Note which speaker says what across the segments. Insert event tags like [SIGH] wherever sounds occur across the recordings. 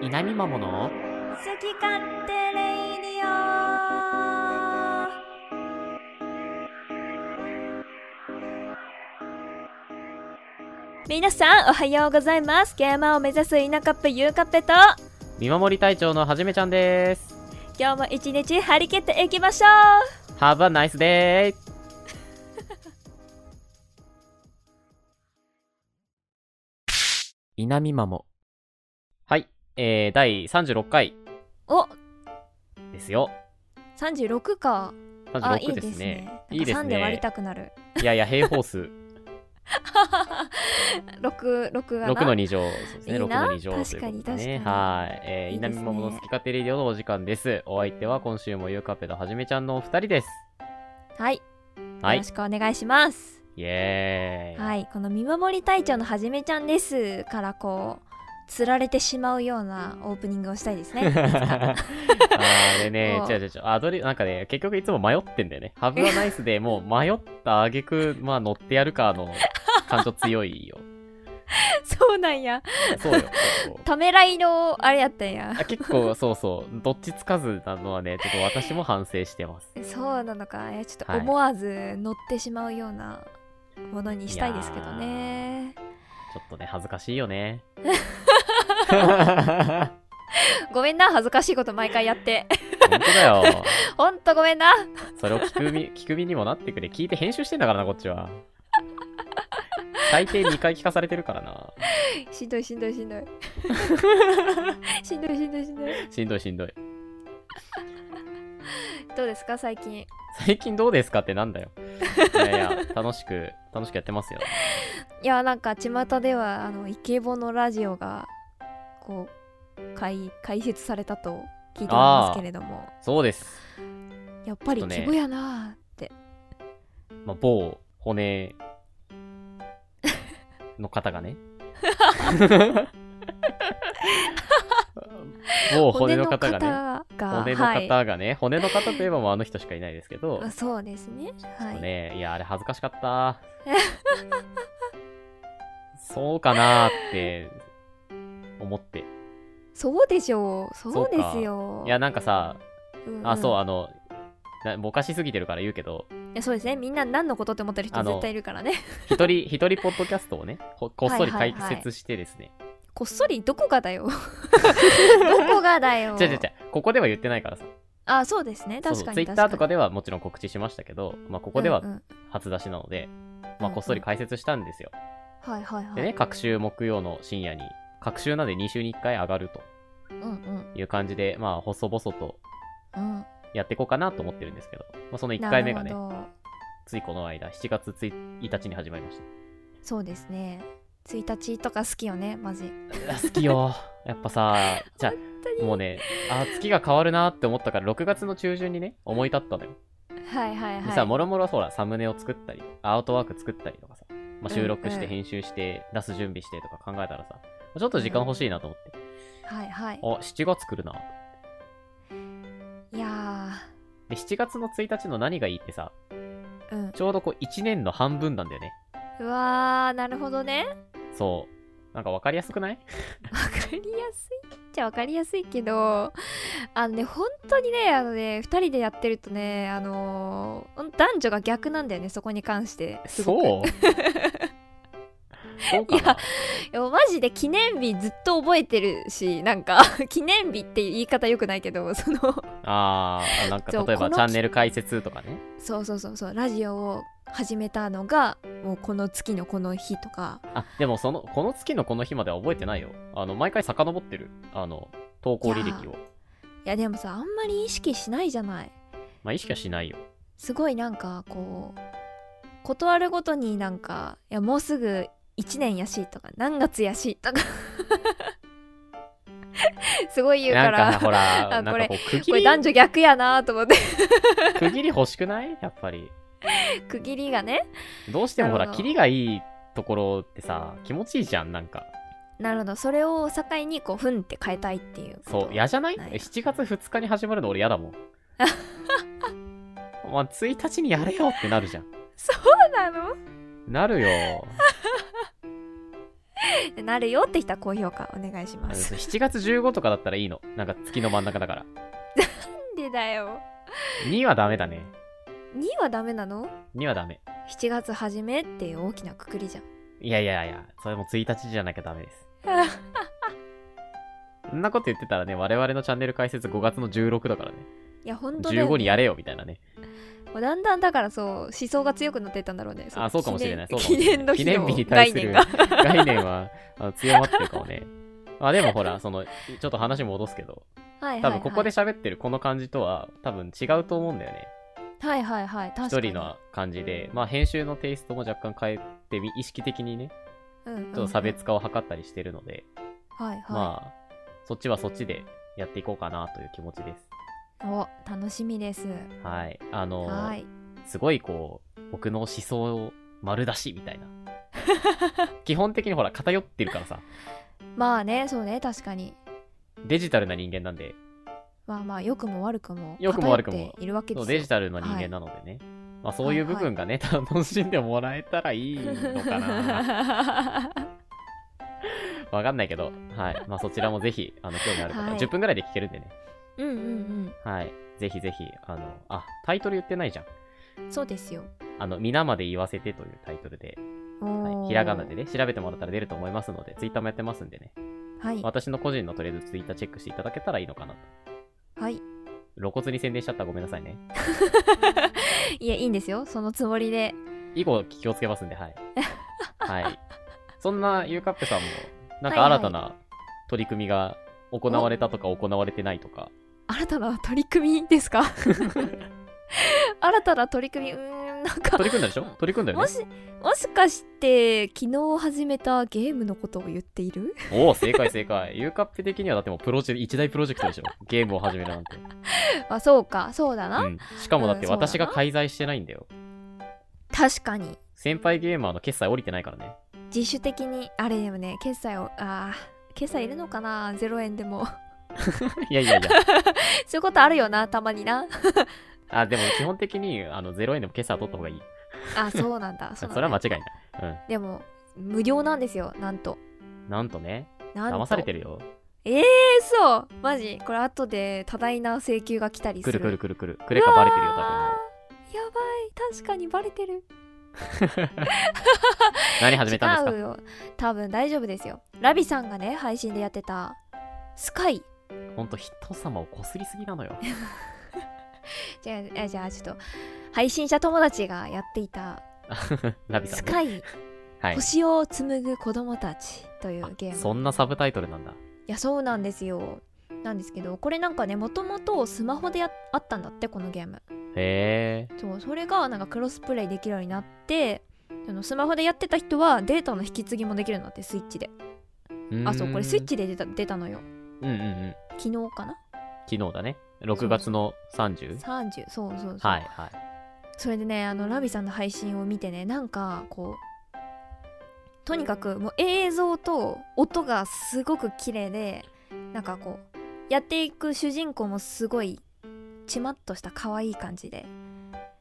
Speaker 1: 稲見まもの
Speaker 2: 好き勝手レイディオ皆さんおはようございますゲーマーを目指す田カップゆうかっぺと
Speaker 1: 見守り隊長のはじめちゃんです
Speaker 2: 今日も一日張り切っていきましょう
Speaker 1: Have a nice day [LAUGHS] 稲見まもはいえー、第36回
Speaker 2: お
Speaker 1: ですよ
Speaker 2: 36かあい
Speaker 1: 36で
Speaker 2: いですす
Speaker 1: ね
Speaker 2: ね
Speaker 1: いいです
Speaker 2: 3で割り
Speaker 1: ね
Speaker 2: たく
Speaker 1: [LAUGHS]
Speaker 2: なる
Speaker 1: いやいや平方
Speaker 2: [LAUGHS]
Speaker 1: 数
Speaker 2: 6, 6が
Speaker 1: 6の2乗そうですね
Speaker 2: いい
Speaker 1: 6
Speaker 2: な
Speaker 1: の2乗ということ
Speaker 2: 確か
Speaker 1: で
Speaker 2: に
Speaker 1: ね
Speaker 2: 確か
Speaker 1: はいえー、
Speaker 2: いい
Speaker 1: 稲
Speaker 2: ですね
Speaker 1: 見まもの好き勝手レディオのお時間ですお相手は今週もゆうかっぺとはじめちゃんのお二人です
Speaker 2: はい、
Speaker 1: は
Speaker 2: よ
Speaker 1: い
Speaker 2: ろしくお願いします
Speaker 1: イエーイ
Speaker 2: はい、この見守り隊長のはじめちゃんですからこう釣られてしまうようなオープニングをしたいですね。いつ
Speaker 1: [LAUGHS] あ
Speaker 2: か
Speaker 1: ーでね、
Speaker 2: そう
Speaker 1: 違う違う違う、アドリブ、なんかね、結局いつも迷ってんだよね。ハブはナイスでもう迷った挙句、まあ乗ってやるかの感情強いよ。
Speaker 2: そうなんや。
Speaker 1: そうよ。そうそう
Speaker 2: ためらいのあれやったんや。
Speaker 1: あ結構、そうそう、どっちつかずなのはね、ちょっと私も反省してます。
Speaker 2: そうなのか。いやちょっと
Speaker 1: はい
Speaker 2: 思わず乗ってしまうようなものにしたいですけどね。
Speaker 1: ちょっとね、恥ずかしいよね。
Speaker 2: ごめんな、恥ずかしいこと毎回やって。 [LAUGHS]
Speaker 1: 本当だよ。
Speaker 2: ほんとごめんな。
Speaker 1: それを聞くみ、聞く身にもなってくれ。聞いて編集してんだからな、こっちは。最低2回聞かされてるからな。
Speaker 2: しんどいしんどいし
Speaker 1: [LAUGHS]
Speaker 2: んどい。しんどいしんどいしんどい。
Speaker 1: しんどいしんどい。
Speaker 2: どうですか最近。
Speaker 1: 最近どうですかってなんだよ。いやいや、楽しく、楽しくやってますよ。
Speaker 2: いやなんか巷ではあのイケボのラジオがこう解解説されたと聞いておりますけれども
Speaker 1: そうです。
Speaker 2: やっぱり
Speaker 1: ちょっとね
Speaker 2: 規模やなーって、
Speaker 1: まあ、某骨の方がね。 [LAUGHS] 某骨の方がね。骨
Speaker 2: 骨
Speaker 1: の
Speaker 2: の方が
Speaker 1: 方がね、骨の方といえばもうあの人しかいないですけど、
Speaker 2: はい、そうですねはい、
Speaker 1: ね、いや、あれ恥ずかしか [LAUGHS] った。そうかなーって思って。
Speaker 2: そうでしょう
Speaker 1: そ
Speaker 2: そうう
Speaker 1: か
Speaker 2: ですよ
Speaker 1: いや、なんかさ、
Speaker 2: うん
Speaker 1: あ、そう、
Speaker 2: う
Speaker 1: あの、なぼかしすぎてるから言うけど、
Speaker 2: んいやそうですねみんな何のことって思ってる
Speaker 1: あ
Speaker 2: 人
Speaker 1: の
Speaker 2: 絶対いるからね
Speaker 1: 一人、 [LAUGHS] 一人ポッドキャストをね、ここっそり
Speaker 2: はいはい
Speaker 1: 解
Speaker 2: はい
Speaker 1: 説してですね。
Speaker 2: こっそりどこがだよ [LAUGHS] どこがだよ
Speaker 1: 違う違う違う、ここでは言ってないからさ。
Speaker 2: あそうですね確かに
Speaker 1: ツイ
Speaker 2: 確
Speaker 1: ッターとかで
Speaker 2: で
Speaker 1: はもちろん告知しましたけど、まあ、ここでは
Speaker 2: うんうん
Speaker 1: 初出しなので、
Speaker 2: うん
Speaker 1: まあ、
Speaker 2: うん
Speaker 1: こっそり解説したんですよ。
Speaker 2: はいはいはい
Speaker 1: でね、各週木曜の深夜に、各週なんで2週に1回上がると
Speaker 2: うんうん
Speaker 1: いう感じで、まあ、細々と
Speaker 2: うん
Speaker 1: やっていこうかなと思ってるんですけど、まあ、その1回目がね
Speaker 2: なる、ほど
Speaker 1: ついこの間、7月1日に始まりまし
Speaker 2: そうですね。1日とか好きよね、マジ。
Speaker 1: た。好きよ。やっぱさ、じゃあ
Speaker 2: 本当に
Speaker 1: もう。ね、あー、月が変わるなって思ったから、6月の中旬にね、思い立ったのよ。
Speaker 2: はいはい
Speaker 1: で
Speaker 2: は
Speaker 1: さ、
Speaker 2: い。
Speaker 1: もろもろほら、サムネを作ったり、アートワーク作ったりとかさ、まあ、収録し
Speaker 2: うんう
Speaker 1: て、
Speaker 2: ん
Speaker 1: 編集して、出す準備してとか考えたらさ、ちょっと時間欲しいなと思って。
Speaker 2: はいはい。
Speaker 1: あ、7月来るな。
Speaker 2: いや
Speaker 1: で、7月の1日の何がいいってさ、
Speaker 2: ー、うん。
Speaker 1: ちょうどこう1年の半分なんだよね。
Speaker 2: うわー、なるほどね。
Speaker 1: そう。なんかわかりやすくない
Speaker 2: わかりやすいっちゃわかりやすいけど、あのね、本当にね、あのね、2人でやってるとね、あのー男女が逆なんだよね、そこに関して。すごく
Speaker 1: そう
Speaker 2: [LAUGHS]
Speaker 1: そうか
Speaker 2: いや
Speaker 1: ない
Speaker 2: やマジで記念日ずっと覚えてるし、なんか、 [LAUGHS] 記念日っていう言い方良くないけど、その、
Speaker 1: あー、なんか
Speaker 2: そう
Speaker 1: 例えば
Speaker 2: この
Speaker 1: チャンネル解説とかね。
Speaker 2: そうそうそうそうラジオを始めたのがもうこの月のこの日とか
Speaker 1: あ、でもその、この月のこの日までは覚えてないよ。あの、毎回遡ってる。あの、投稿履歴を。
Speaker 2: いやでもさあんまり意識しないじゃない
Speaker 1: まあ、意識はしないよ。
Speaker 2: すごいなんかこう断るごとになんかいやもうすぐ1年やしとか何月やしとか [LAUGHS] すごい言うか
Speaker 1: なん
Speaker 2: ら
Speaker 1: かほら、
Speaker 2: [LAUGHS]
Speaker 1: な
Speaker 2: あ
Speaker 1: ん
Speaker 2: こ
Speaker 1: か
Speaker 2: れ
Speaker 1: こう区切
Speaker 2: これ
Speaker 1: り、
Speaker 2: 男女逆やなと思って [LAUGHS]
Speaker 1: 区切り欲しくないやっぱり。
Speaker 2: 区切りがね
Speaker 1: どうしてもほら、
Speaker 2: なるほど
Speaker 1: 切りがいいところってさ、気持ちいいじゃん、なんか。
Speaker 2: なるほどそれを境にこうふんって変えたいっていうこと
Speaker 1: そう、嫌じゃない
Speaker 2: ない
Speaker 1: ?7 月2日に始まるの俺嫌だもん。 [LAUGHS] まあ、1日にやれよってなるじゃん。
Speaker 2: [LAUGHS] そうなの
Speaker 1: なるよ。
Speaker 2: ってなるよって人は高評価お願いし
Speaker 1: あ
Speaker 2: ま
Speaker 1: の
Speaker 2: す。
Speaker 1: 7月15とかだったらいいの。なんか月の真ん中だから。
Speaker 2: なんでだよ。
Speaker 1: 2はダメだね。
Speaker 2: 2はダメなの
Speaker 1: 2はダメ。
Speaker 2: ?7 月初めっていう大きなくくりじゃん。
Speaker 1: いやいやいや、それも1日じゃなきゃダメ
Speaker 2: [LAUGHS]
Speaker 1: です。そんなこと言ってたらね、我々のチャンネル解説5月の16だからね。
Speaker 2: いや、本当だよ、ね。
Speaker 1: 15にやれよみたいなね。
Speaker 2: もうだんだんだからそう思想が強くなっていったんだろうね。
Speaker 1: あ、そうかもしれない。そうかもし
Speaker 2: 記
Speaker 1: れ
Speaker 2: 念
Speaker 1: な
Speaker 2: の
Speaker 1: い記
Speaker 2: 日
Speaker 1: 念
Speaker 2: の
Speaker 1: 日に対
Speaker 2: 概
Speaker 1: する
Speaker 2: 念が。
Speaker 1: 概念はあの強まってるかもね。まあでもほら、その、ちょっと話戻すけど、
Speaker 2: はいはい、
Speaker 1: 多
Speaker 2: はい。
Speaker 1: 分ここで。喋ってるこの感じとは多分違うと思うんだよね。
Speaker 2: はいはいはい。確か
Speaker 1: 一
Speaker 2: に。
Speaker 1: 人の感じで、まあ編集のテイストも若干変えてみ、意識的にね、
Speaker 2: うんうんうん、
Speaker 1: ちょっと差別化を図ったりしてるので、
Speaker 2: はいはい。
Speaker 1: まあ、そっちはそっちでやっていこうかなという気持ちです。
Speaker 2: お、楽しみです。
Speaker 1: はい。あの、
Speaker 2: はい。
Speaker 1: すごいこう、僕の思想を丸出しみたいな。基本的にほら、偏ってるからさ、
Speaker 2: まあね、そうね、確かに。
Speaker 1: デジタルな人間なんで、
Speaker 2: まあまあ、良くも悪くも。
Speaker 1: 良くも悪くも
Speaker 2: 偏っているわけで
Speaker 1: そう
Speaker 2: すよ
Speaker 1: デジタルな人間なのでね、まあ、そういう部分がね、楽しんでもらえたらいいのか
Speaker 2: [LAUGHS]
Speaker 1: なわかんないけど、はいまあ、そちらもぜひあの興味ある方、
Speaker 2: はい
Speaker 1: 10分ぐらいで聞けるんでね、
Speaker 2: うんうん
Speaker 1: はい、ぜひぜひあのあタイトル言ってないじゃん
Speaker 2: うん。そうですよ。
Speaker 1: あの皆まで言わせてというタイトルで、
Speaker 2: お
Speaker 1: は
Speaker 2: ー
Speaker 1: い、ひらがなで。ね調べてもらったら出ると思いますのでツイッターもやってますんでね
Speaker 2: はい。
Speaker 1: 私の個人のとりあえずツイッターチェックしていただけたらいいのかなと
Speaker 2: はい。
Speaker 1: 露骨に宣伝しちゃったらごめんなさいね
Speaker 2: いや、いいんですよ。そのつもりで。
Speaker 1: 以後気をつけますんで、
Speaker 2: [LAUGHS]
Speaker 1: はい。はい。そんなゆうかっぺさんも、なんか新たな取り組みが行われたとか行われてないとか、
Speaker 2: 新たな取り組みですか [LAUGHS] 新たな取り組み、うーん、なんか
Speaker 1: 取。り組んだ
Speaker 2: [LAUGHS]
Speaker 1: でしょ取り組んだよ
Speaker 2: も
Speaker 1: ね。
Speaker 2: し、もしかして、昨日始めたゲームのことを言っている
Speaker 1: おお、正解正解。ゆうかっぺ的にはだってもうプロジェクト、一大プロジェクトでしょゲームを始めるなんて。
Speaker 2: [LAUGHS] あ、そうか、そうだな。
Speaker 1: うん。しかもだって
Speaker 2: うんそうだな
Speaker 1: 私が介在してないんだよ。
Speaker 2: 確かに。
Speaker 1: 先輩ゲーマーの決済降りてないからね。
Speaker 2: 自主的に、あれでもね、決済を、あー決済いるのかな ?0 円でも。 [LAUGHS]
Speaker 1: いやいやいや。
Speaker 2: そういうことあるよな、たまにな。
Speaker 1: あ、でも基本的に、あの、0円でも決済は取った方がいい。
Speaker 2: [LAUGHS] あ、そうなん [LAUGHS] だ。
Speaker 1: そうれ
Speaker 2: なんだ
Speaker 1: は間違いない。
Speaker 2: でも、無料なんですよ、なんと。
Speaker 1: うん。なんとね、
Speaker 2: なんと
Speaker 1: 騙されてるよ。
Speaker 2: ええー、そうマジこれ後で多大な請求が来たりす
Speaker 1: く
Speaker 2: る。
Speaker 1: るくるくるくる。くれかバレてるよ、多
Speaker 2: う
Speaker 1: 分
Speaker 2: わ。ーやばい、確かにバレてる。
Speaker 1: 何始めたんです
Speaker 2: 違う
Speaker 1: か
Speaker 2: よ多分大丈夫ですよラビさんがね配信でやってたスカイ
Speaker 1: ほんと人様をこすりすぎなの
Speaker 2: [LAUGHS]
Speaker 1: よ。
Speaker 2: じゃあえじゃあちょっと配信者友達がやっていた
Speaker 1: ラ
Speaker 2: 「
Speaker 1: ビさ
Speaker 2: ス
Speaker 1: んね。
Speaker 2: カイ
Speaker 1: はい。
Speaker 2: 星を紡ぐ子供たち」というゲー
Speaker 1: あ
Speaker 2: ム
Speaker 1: そんなサブタイトルなんだ。
Speaker 2: いやそうなんですよなんですけどこれなんかねもともとスマホでやあったんだってこのゲーム
Speaker 1: へえ。
Speaker 2: そうそれがなんかクロスプレイできるようになってそのスマホでやってた人はデータの引き継ぎもできるんだってスイッチで
Speaker 1: うーん
Speaker 2: あそうこれスイッ。チで出た出たの
Speaker 1: う
Speaker 2: よ
Speaker 1: んうんうん。
Speaker 2: 昨日かな
Speaker 1: 昨日だね。6月の 30?
Speaker 2: 30そうそうそう、
Speaker 1: はいはい。
Speaker 2: それでねあのラビさんの配信を見てねなんかこうとにかくもう映像と音がすごく綺麗でなんかこうやっていく主人公もすごいちまっとした可愛い感じで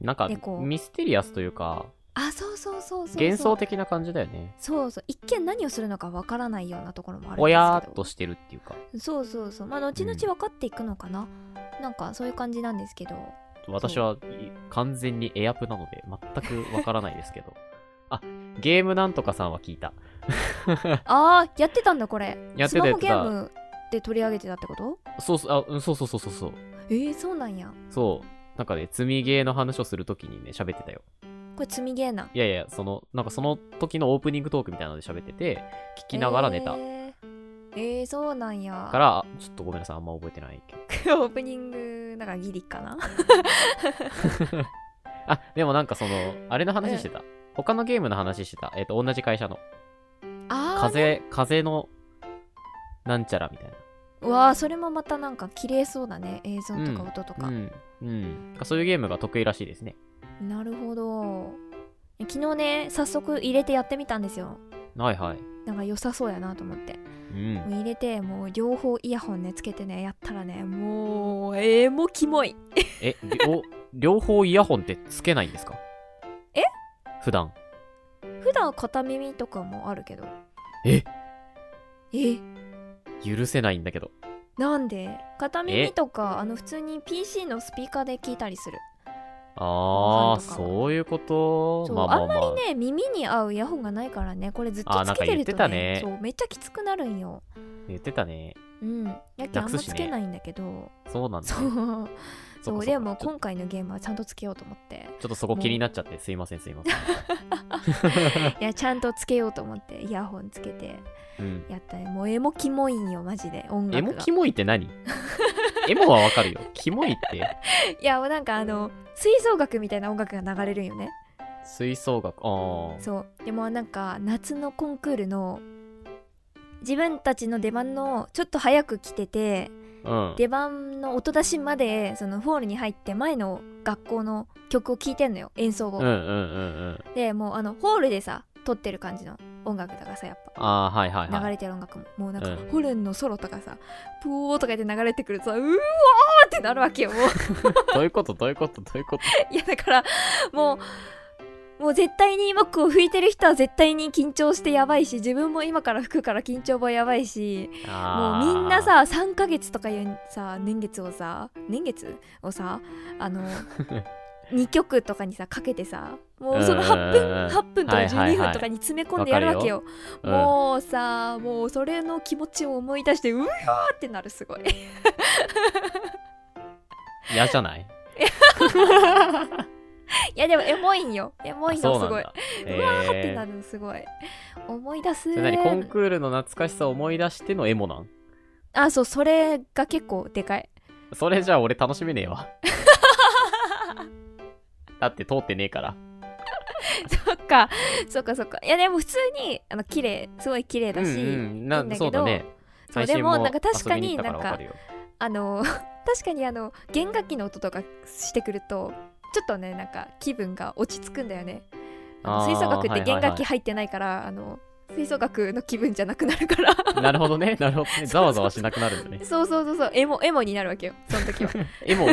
Speaker 1: なんか
Speaker 2: でこう
Speaker 1: ミステリアスというか、
Speaker 2: あそうそうそうそうそう
Speaker 1: 幻想的な感じだよね。
Speaker 2: そうそう一見何をするのかわからないようなところもあるんですけど
Speaker 1: ぼやーっとしてるっていうか、
Speaker 2: そうそうそうまあ後々分かっていくのかな、なんかそういう感じなんですけど
Speaker 1: 私はい完全にエアプなので全くわからないですけど。 [LAUGHS] あ、ゲームなんとかさんは聞いた。
Speaker 2: あーやってたんだこれ
Speaker 1: やってた
Speaker 2: スマ
Speaker 1: や
Speaker 2: ホ
Speaker 1: って
Speaker 2: ゲ
Speaker 1: た
Speaker 2: ームで取り上げてたってこと
Speaker 1: そうそう、あ、うんそうそうそうそうそう。
Speaker 2: えー、そうなんや
Speaker 1: そう。なんかね、積みゲーの話をするときにね、喋ってたよ。
Speaker 2: これ積みゲーない
Speaker 1: やいや、その、なんかその時のオープニングトークみたいなので喋ってて、聞きながら寝た。
Speaker 2: えーえーそうなんや
Speaker 1: から、ちょっとごめんなさい、あんま覚えてないけど。
Speaker 2: [LAUGHS] オープニングだからギリ
Speaker 1: [LAUGHS]
Speaker 2: かな
Speaker 1: あ、でもなんかその、あれの話してた。他のゲームの話してた。えっ、と、同じ会社の。
Speaker 2: あ
Speaker 1: 風、風の、なんちゃらみたい
Speaker 2: あわあそれもまたなんか綺麗そうだね映像とか音とか、
Speaker 1: な。うん。うん。そういうゲームが得意らしいですね。
Speaker 2: なるほど昨日ね早速入れてやってみたんですよ
Speaker 1: はいはい。
Speaker 2: なんか良さそうやなと思って
Speaker 1: うん。
Speaker 2: もう入れてもう両方イヤホンねつけてねやったらねもうえー、もうキモい
Speaker 1: え、両、両方イヤホンってつけないんですか
Speaker 2: え
Speaker 1: 普段。
Speaker 2: 普段片耳とかもあるけど
Speaker 1: え
Speaker 2: え
Speaker 1: 許せないんだけど。
Speaker 2: なんで片耳
Speaker 1: え
Speaker 2: とかあの普通に PC のスピーカーで聞いたりする
Speaker 1: ああ、
Speaker 2: ファンとかは
Speaker 1: そういうこと
Speaker 2: そう
Speaker 1: まあまあまあ。
Speaker 2: ね耳に合うイヤホンがないからねこれずっと
Speaker 1: あ
Speaker 2: つ
Speaker 1: なん
Speaker 2: け
Speaker 1: か
Speaker 2: て
Speaker 1: 言
Speaker 2: る
Speaker 1: って
Speaker 2: と
Speaker 1: た
Speaker 2: ね
Speaker 1: ね
Speaker 2: そうめっちゃきつくなるんよ
Speaker 1: 言ってたね。
Speaker 2: うんやけんあ
Speaker 1: なく
Speaker 2: んます
Speaker 1: し
Speaker 2: つ
Speaker 1: ね
Speaker 2: けないんだけど
Speaker 1: そうなんだ、ね。
Speaker 2: そうそう
Speaker 1: そっかそっか
Speaker 2: でも
Speaker 1: ちょ
Speaker 2: 今回のゲームはちゃんとつけようと思って
Speaker 1: ちょっとそこ気になっちゃって、すいません、すいませ
Speaker 2: いやちゃんとつけようと思ってイヤホンつけて
Speaker 1: ん。
Speaker 2: [LAUGHS]
Speaker 1: うん。
Speaker 2: やったねもうエモキモいんよマジで音
Speaker 1: エ
Speaker 2: 楽
Speaker 1: モ
Speaker 2: が
Speaker 1: キモいって
Speaker 2: [LAUGHS]
Speaker 1: 何エモはわかるよ。キモいって、
Speaker 2: いやもうなんかあの吹奏楽みたいな音楽が流れるんよね
Speaker 1: 吹奏楽。ああ。
Speaker 2: そうでもなんか夏のコンクールの自分たちの出番のちょっと早く来てて
Speaker 1: うん。
Speaker 2: 出番の音出しまでそのホールに入って前の学校の曲を聴いてんのよ演奏を、
Speaker 1: うんうんうんうん。
Speaker 2: でもうあのホールでさ撮ってる感じの音楽だからさやっぱ
Speaker 1: ああ、はいはい
Speaker 2: 流
Speaker 1: はい。
Speaker 2: れてる音楽ももうなんか、
Speaker 1: うん
Speaker 2: ホルンのソロとかさプオーとか言って流れてくるとさうおーってなるわけよもう
Speaker 1: どういうことどういうことどういうこと
Speaker 2: いやだからもうもう絶対に幕を拭いてる人は絶対に緊張してやばいし自分も今から吹くから緊張もやばいしも
Speaker 1: あ
Speaker 2: う
Speaker 1: ー
Speaker 2: みんなさ3ヶ月とかいうさ年月をさ年月をさ
Speaker 1: [LAUGHS]
Speaker 2: あの2曲とかにさかけてさもうその8
Speaker 1: うんうんう
Speaker 2: 分
Speaker 1: ん
Speaker 2: 8分とか
Speaker 1: はいはいはい
Speaker 2: 12分とかに詰め込んでやるわけよ,、
Speaker 1: うん
Speaker 2: もうさもうそれの気持ちを思い出してうわーってなるすごい [LAUGHS]
Speaker 1: 嫌じゃない
Speaker 2: いやでもエモいんよエモい
Speaker 1: あ
Speaker 2: の
Speaker 1: そ
Speaker 2: す
Speaker 1: う
Speaker 2: ご
Speaker 1: ないん
Speaker 2: う
Speaker 1: だ。
Speaker 2: わーって
Speaker 1: え
Speaker 2: な
Speaker 1: ー
Speaker 2: るのすごい思い出す
Speaker 1: それ何コンクールの懐かしさを思い出してのエモなん
Speaker 2: あそうそれが結構でかい [LAUGHS]
Speaker 1: それじゃあ俺楽しめねえわ。だって通ってねえから。
Speaker 2: そっかそっかそっかいやでも普通にあの綺麗すごい綺麗だし、
Speaker 1: んない
Speaker 2: いんだけど
Speaker 1: そうだね。
Speaker 2: そう
Speaker 1: 最新
Speaker 2: でもなんか確かに
Speaker 1: 遊び行ったらわるよ
Speaker 2: あの [LAUGHS] 確かにあの弦楽器の音とかしてくるとちょっとねなんか気分が落ち着くんだよねあの
Speaker 1: あー
Speaker 2: 吹奏楽っ
Speaker 1: はい
Speaker 2: て
Speaker 1: はいは
Speaker 2: 弦
Speaker 1: い
Speaker 2: 楽器入ってないから、あの吹奏楽の気分じゃなくなるから
Speaker 1: なるほどね、なるほどね。ざわざわしなくなるんだね。
Speaker 2: [LAUGHS] そうそうそうそうエモエモになるわけよその時は
Speaker 1: エモ、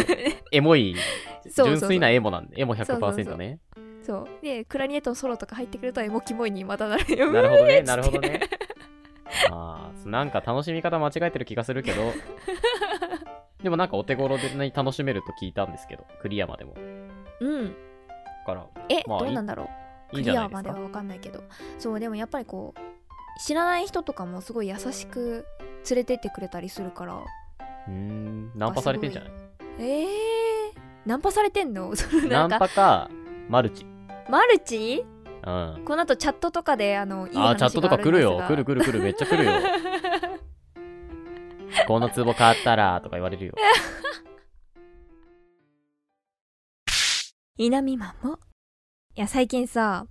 Speaker 1: エモい、
Speaker 2: そうそう
Speaker 1: 純
Speaker 2: そう
Speaker 1: 粋なエモなんで、エモ
Speaker 2: そうそう
Speaker 1: 100%ね。
Speaker 2: そうでクラリネットのソロとか入ってくるとエモキモいにまたなるよ
Speaker 1: なるほどね、
Speaker 2: [LAUGHS] つって
Speaker 1: なるほどね。あーなんか楽しみ方間違えてる気がするけ
Speaker 2: [LAUGHS]
Speaker 1: ど、でもなんかお手頃でね楽しめると聞いたんですけど、クリアまでも。だ
Speaker 2: うん
Speaker 1: から、
Speaker 2: え、
Speaker 1: まあ
Speaker 2: どうなんだろう
Speaker 1: いい
Speaker 2: ク
Speaker 1: んじ
Speaker 2: リ
Speaker 1: ゃな
Speaker 2: ア
Speaker 1: いで
Speaker 2: ますでは
Speaker 1: か。
Speaker 2: 分かんないけどそうでもやっぱりこう知らない人とかもすごい優しく連れてってくれたりするから
Speaker 1: うーん、ナンパされてんじゃない
Speaker 2: えー、ナンパされてんの [LAUGHS] その
Speaker 1: ナ
Speaker 2: なん
Speaker 1: ン
Speaker 2: か
Speaker 1: パか、マルチ。
Speaker 2: マルチ
Speaker 1: うん。あ
Speaker 2: この後チャットとかであのいい話があ
Speaker 1: ー、チャットとか来るよ。来る
Speaker 2: るん
Speaker 1: 来る
Speaker 2: で
Speaker 1: 来る、めっちゃ来
Speaker 2: [LAUGHS]
Speaker 1: るよ。この壺買ったら、とか言われるよ。
Speaker 2: すが稲見マンもいや最近さ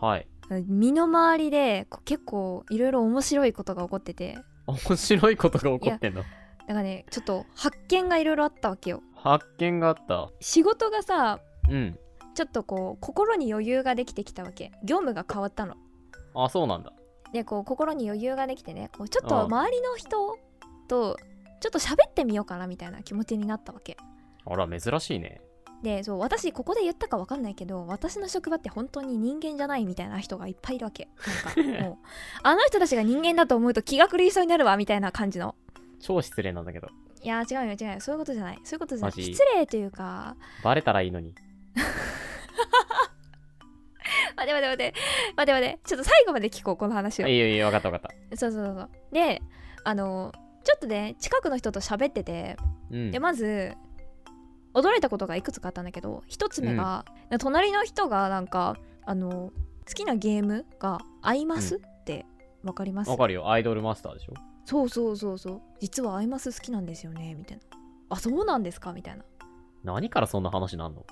Speaker 1: はい。
Speaker 2: 身の回りでこう結構いろいろ面白いことが起こってて
Speaker 1: 面白いことが起こってんの。
Speaker 2: だからねちょっと発見がいろいろあったわけよ
Speaker 1: 発見があった。
Speaker 2: 仕事がさ
Speaker 1: うん。
Speaker 2: ちょっとこう心に余裕ができてきたわけ業務が変わったの
Speaker 1: あ、そうなんだ。
Speaker 2: でこう心に余裕ができてねこうちょっ
Speaker 1: うん
Speaker 2: と周りの人とちょっと喋ってみようかなみたいな気持ちになったわけ
Speaker 1: あら、珍しいね。
Speaker 2: でそう私ここで言ったかわかんないけど私の職場って本当に人間じゃないみたいな人がいっぱいいるわけなん
Speaker 1: [LAUGHS]
Speaker 2: かもうあの人たちが人間だと思うと気が狂いそうになるわみたいな感じの
Speaker 1: 超失礼なんだけど。
Speaker 2: いやー違うよ違うよそういうことじゃないそういうことじゃな
Speaker 1: マ
Speaker 2: い
Speaker 1: ジ
Speaker 2: 失礼というか [LAUGHS]
Speaker 1: バレたらいいのに。
Speaker 2: 待て待て待て待て待てちょっと最後まで聞こうこの話を
Speaker 1: いいよいいよ、わかったわかった。
Speaker 2: そうそうそうそうであのちょっとね近くの人と喋ってて
Speaker 1: うん
Speaker 2: で。まず驚いたことがいくつかあったんだけど一つ目が、隣の人がなんかあの好きなゲームが「アイマス」ってわかります
Speaker 1: わかるよ、アイドルマスターでしょ。
Speaker 2: そうそうそうそう実は「アイマス」好きなんですよねみたいな「あそうなんですか」みたいな。
Speaker 1: 何からそんな話なんの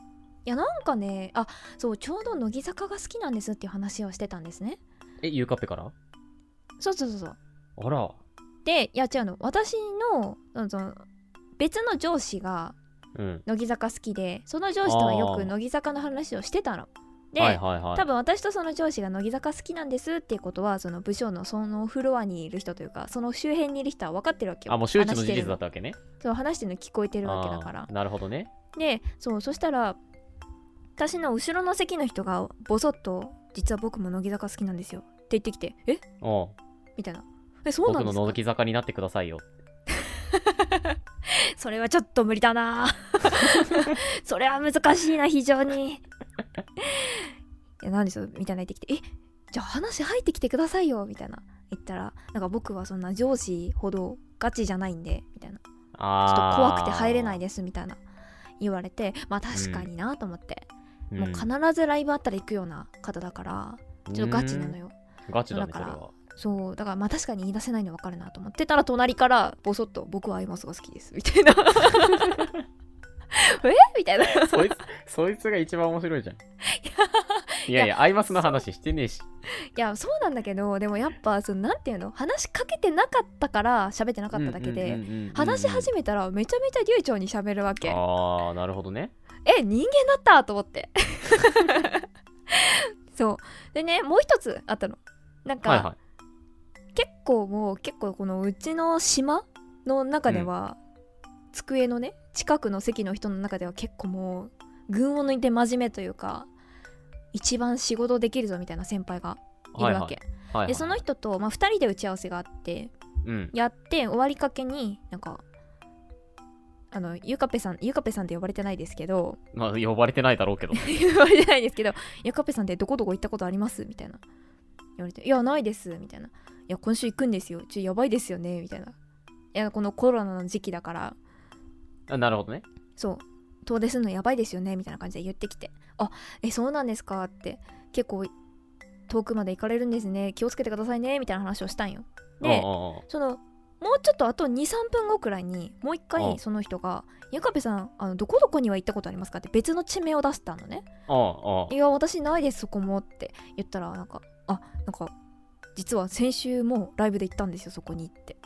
Speaker 2: いやなんかねあそうちょうど乃木坂が好きなんですっていう話をしてたんですね
Speaker 1: え、ゆうかっぺから
Speaker 2: そうそうそうそう
Speaker 1: あら。
Speaker 2: でいや違うの私のそのその別の上司が
Speaker 1: うん。
Speaker 2: 乃木坂好きでその上司とはよく乃木坂の話をしてたので、
Speaker 1: はいはいはい。
Speaker 2: 多分私とその上司が乃木坂好きなんですっていうことはその部署のそのフロアにいる人というかその周辺にいる人は分かってるわけよ
Speaker 1: あ、もう周知の事
Speaker 2: 話してる
Speaker 1: 実だったわけね。
Speaker 2: そう話してるの聞こえてるわけだから
Speaker 1: あーなるほどね。
Speaker 2: でそうそしたら私の後ろの席の人がボソッと「実は僕も乃木坂好きなんですよ」って言ってきて「え
Speaker 1: おう
Speaker 2: みたいなえそうな
Speaker 1: 僕
Speaker 2: んで
Speaker 1: の
Speaker 2: すか
Speaker 1: 覗き坂になってくださいよ。
Speaker 2: それはちょっと無理だ
Speaker 1: [LAUGHS]
Speaker 2: なそれは難しいな非常にいや何でしょうみたいな言ってきて「えじゃあ話入ってきてくださいよ」みたいな言ったらなんか僕はそんな上司ほどガチじゃないんでみたいなちょっと
Speaker 1: あー
Speaker 2: 怖くて入れないですみたいな言われてまあ確かになと思って、もう必ずライブあったら行くような方だから
Speaker 1: うん
Speaker 2: ちょっとガチなのよ、
Speaker 1: うんガチだね、
Speaker 2: だ
Speaker 1: そ
Speaker 2: か
Speaker 1: れ
Speaker 2: ら
Speaker 1: は。
Speaker 2: そうだからまあ確かに言い出せないの分かるなと思ってたら隣からボソッと「僕はアイマスが好きです」みたいな [LAUGHS] えみたいな
Speaker 1: そい
Speaker 2: [LAUGHS]
Speaker 1: つ、そいつが一番面白いじゃん。いやいや、アイマスの話してねえし。
Speaker 2: いやそうなんだけどでもやっぱそのなんていうの話しかけてなかったから喋ってなかっただけで、
Speaker 1: うんうんうんうんうん、
Speaker 2: 話し始めたらめちゃめちゃ流暢に喋るわけ
Speaker 1: ああ、なるほどね。
Speaker 2: え人間だったと思って [LAUGHS] そうでねもう一つあったのなんか、
Speaker 1: はいはい。
Speaker 2: 結構もう結構このうちの島の中では、机のね近くの席の人の中では結構もう群を抜いて真面目というか一番仕事できるぞみたいな先輩がいる
Speaker 1: はいはい
Speaker 2: わけ、
Speaker 1: はいはい
Speaker 2: でその、人と、まあ、2人で打ち合わせがあって
Speaker 1: うん。
Speaker 2: やって終わりかけになんかあのゆかぺさんゆかぺさんって呼ばれてないですけど
Speaker 1: まあ、呼ばれてないだろうけ
Speaker 2: [LAUGHS]
Speaker 1: ど。
Speaker 2: 呼ばれてないですけどゆかぺさんってどこどこ行ったことありますみたいな言われて「いやないです」みたいな「いや今週行くんですよちょやばいですよね」みたいな「いやこのコロナの時期だから
Speaker 1: あなるほどね。
Speaker 2: そう遠出するのやばいですよねみたいな感じで言ってきて「あえそうなんですか」って結構遠くまで行かれるんですね気をつけてくださいねみたいな話をしたんよで、
Speaker 1: うんうんうん
Speaker 2: そのもうちょっとあと23分後くらいにもう一
Speaker 1: う
Speaker 2: 回
Speaker 1: ん
Speaker 2: その人が「矢壁さんあのどこどこには行ったことありますか?」って別の地名を出したのね
Speaker 1: あ
Speaker 2: 「いや私ないですそこも」って言ったらなんか「あなんか実は先週もライブで行ったんですよそこに」って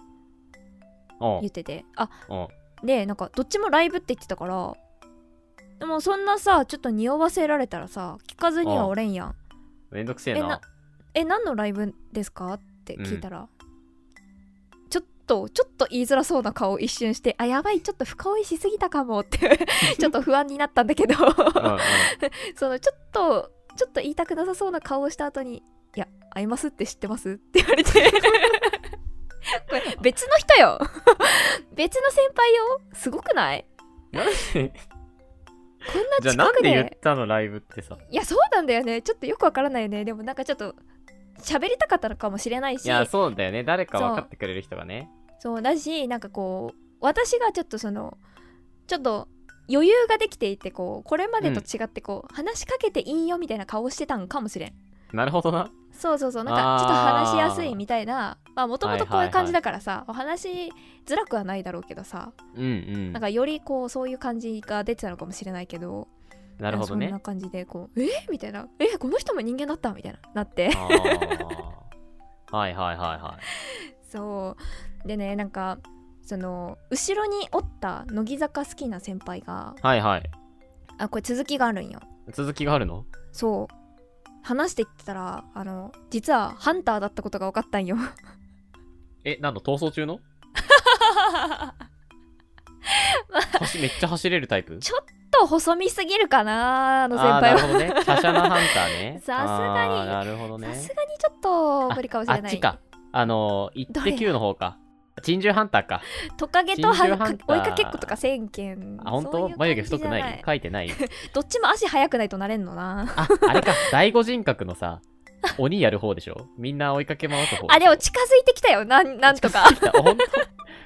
Speaker 1: あ、あ
Speaker 2: 言っててあ
Speaker 1: あ、あ
Speaker 2: でなんかどっちもライブって言ってたからでもそんなさちょっと匂わせられたらさ聞かずにはおれんやん
Speaker 1: めんどくせえ
Speaker 2: えな
Speaker 1: な。
Speaker 2: え何のライブですかって聞いたら、ちょっとちょっと言いづらそうな顔を一瞬してあやばいちょっと深追いしすぎたかもって [LAUGHS] ちょっと不安になったんだけど
Speaker 1: うん
Speaker 2: [LAUGHS]
Speaker 1: うん
Speaker 2: そのちょっとちょっと言いたくなさそうな顔をした後に「いや会いますって知ってます?」って言われてこれ別の人よ別の先輩よすごくない
Speaker 1: なんで
Speaker 2: こんな
Speaker 1: じゃあ
Speaker 2: 近
Speaker 1: なん
Speaker 2: く
Speaker 1: で言っ
Speaker 2: で
Speaker 1: たのライブってさ。
Speaker 2: いやそうなんだよねちょっとよくわからないよねでもなんかちょっと喋りたかったのかもしれないし
Speaker 1: いや、そうだよね。誰か分かってくれる人がね。
Speaker 2: そうだしなんかこう私がちょっとそのちょっと余裕ができていてこうこれまでと違ってこう、話しかけていいよみたいな顔してたんかもしれん
Speaker 1: なるほどな。
Speaker 2: そうそうそうなん
Speaker 1: あ
Speaker 2: か
Speaker 1: ー
Speaker 2: ちょっと話しやすいみたいなまあもともとこう
Speaker 1: はいいうはい
Speaker 2: 感じだからさ、お話しづらくはないだろうけどさ、
Speaker 1: うんうん。
Speaker 2: なんかよりこうそういう感じが出てたのかもしれないけど
Speaker 1: なるほど
Speaker 2: そん
Speaker 1: ね
Speaker 2: な。感じでこうえみたいなえこの人も人間だったみたいななって
Speaker 1: [LAUGHS] ああ。はいはいはいは
Speaker 2: そうでねなんかその後ろにおった乃木坂好きな先輩が
Speaker 1: い。はいはい。
Speaker 2: あこれ続きがあるんよ
Speaker 1: 続きがあるの
Speaker 2: そう話してきたらあの実はハンターだったことが分かっ
Speaker 1: [LAUGHS]
Speaker 2: たんよ
Speaker 1: え、なんだ、逃走中の走めっちゃ走れるタイプ
Speaker 2: ちょっと細身すぎるかなあの先
Speaker 1: あーな
Speaker 2: 輩は。
Speaker 1: るほどね。華奢なハンターね
Speaker 2: さすがに
Speaker 1: あーなるほどね
Speaker 2: さ。すがにちょっと無理かもしれ
Speaker 1: あ
Speaker 2: な
Speaker 1: っ
Speaker 2: い
Speaker 1: ちか。あのー、
Speaker 2: どれ
Speaker 1: 1.9の方か。珍獣ハンターか。
Speaker 2: トカゲとは
Speaker 1: 珍獣ハンター
Speaker 2: 追いかけっことか千件
Speaker 1: あ、本
Speaker 2: そう
Speaker 1: 当
Speaker 2: いう感じ
Speaker 1: 眉毛太く
Speaker 2: じゃ
Speaker 1: ない書いて
Speaker 2: [LAUGHS]
Speaker 1: ない。
Speaker 2: どっちも足速くないとなれんのな
Speaker 1: あ、あれか。第五人格のさ、鬼やる方でしょみんな追いかけ回す方。
Speaker 2: あでも近づいてきたよなんなんとか
Speaker 1: あ本当 [LAUGHS]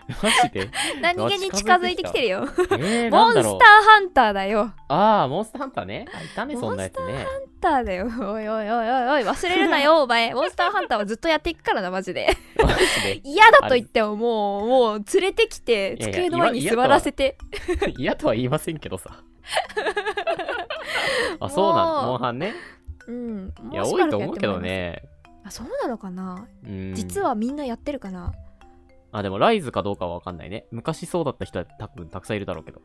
Speaker 1: マジで
Speaker 2: 何気に近づいてきてるよ
Speaker 1: えー、
Speaker 2: モ
Speaker 1: な
Speaker 2: ン
Speaker 1: ん
Speaker 2: ス
Speaker 1: だ
Speaker 2: ター
Speaker 1: ろう。
Speaker 2: ハンターだよ
Speaker 1: ああ、モンスターハンターね。あ、いたね、そんなやつね。
Speaker 2: モンスターハンターだよおいおいおいおいおい忘れる
Speaker 1: [LAUGHS]
Speaker 2: なよお前モンスターハンターはずっとやっていくからなマジで
Speaker 1: マ [LAUGHS] ジ
Speaker 2: 嫌だと言ってももうもう連れてきて
Speaker 1: いやいや
Speaker 2: 机の前に座らせて
Speaker 1: で。嫌とは言いませんけど
Speaker 2: [LAUGHS]
Speaker 1: さ。あ、そうなんだ。
Speaker 2: もう
Speaker 1: モンハンね。
Speaker 2: うん
Speaker 1: い
Speaker 2: も
Speaker 1: や、
Speaker 2: うし
Speaker 1: 多
Speaker 2: ば
Speaker 1: い
Speaker 2: ら
Speaker 1: と
Speaker 2: くや
Speaker 1: 思
Speaker 2: っ
Speaker 1: う
Speaker 2: て
Speaker 1: け
Speaker 2: もら
Speaker 1: ど
Speaker 2: います
Speaker 1: ね。
Speaker 2: あそうなのかな
Speaker 1: うん
Speaker 2: 実はみんなやってるかな
Speaker 1: あ、でもライズかどうかはわかんないね。昔そうだった人は多分たくさんいるだろうけど。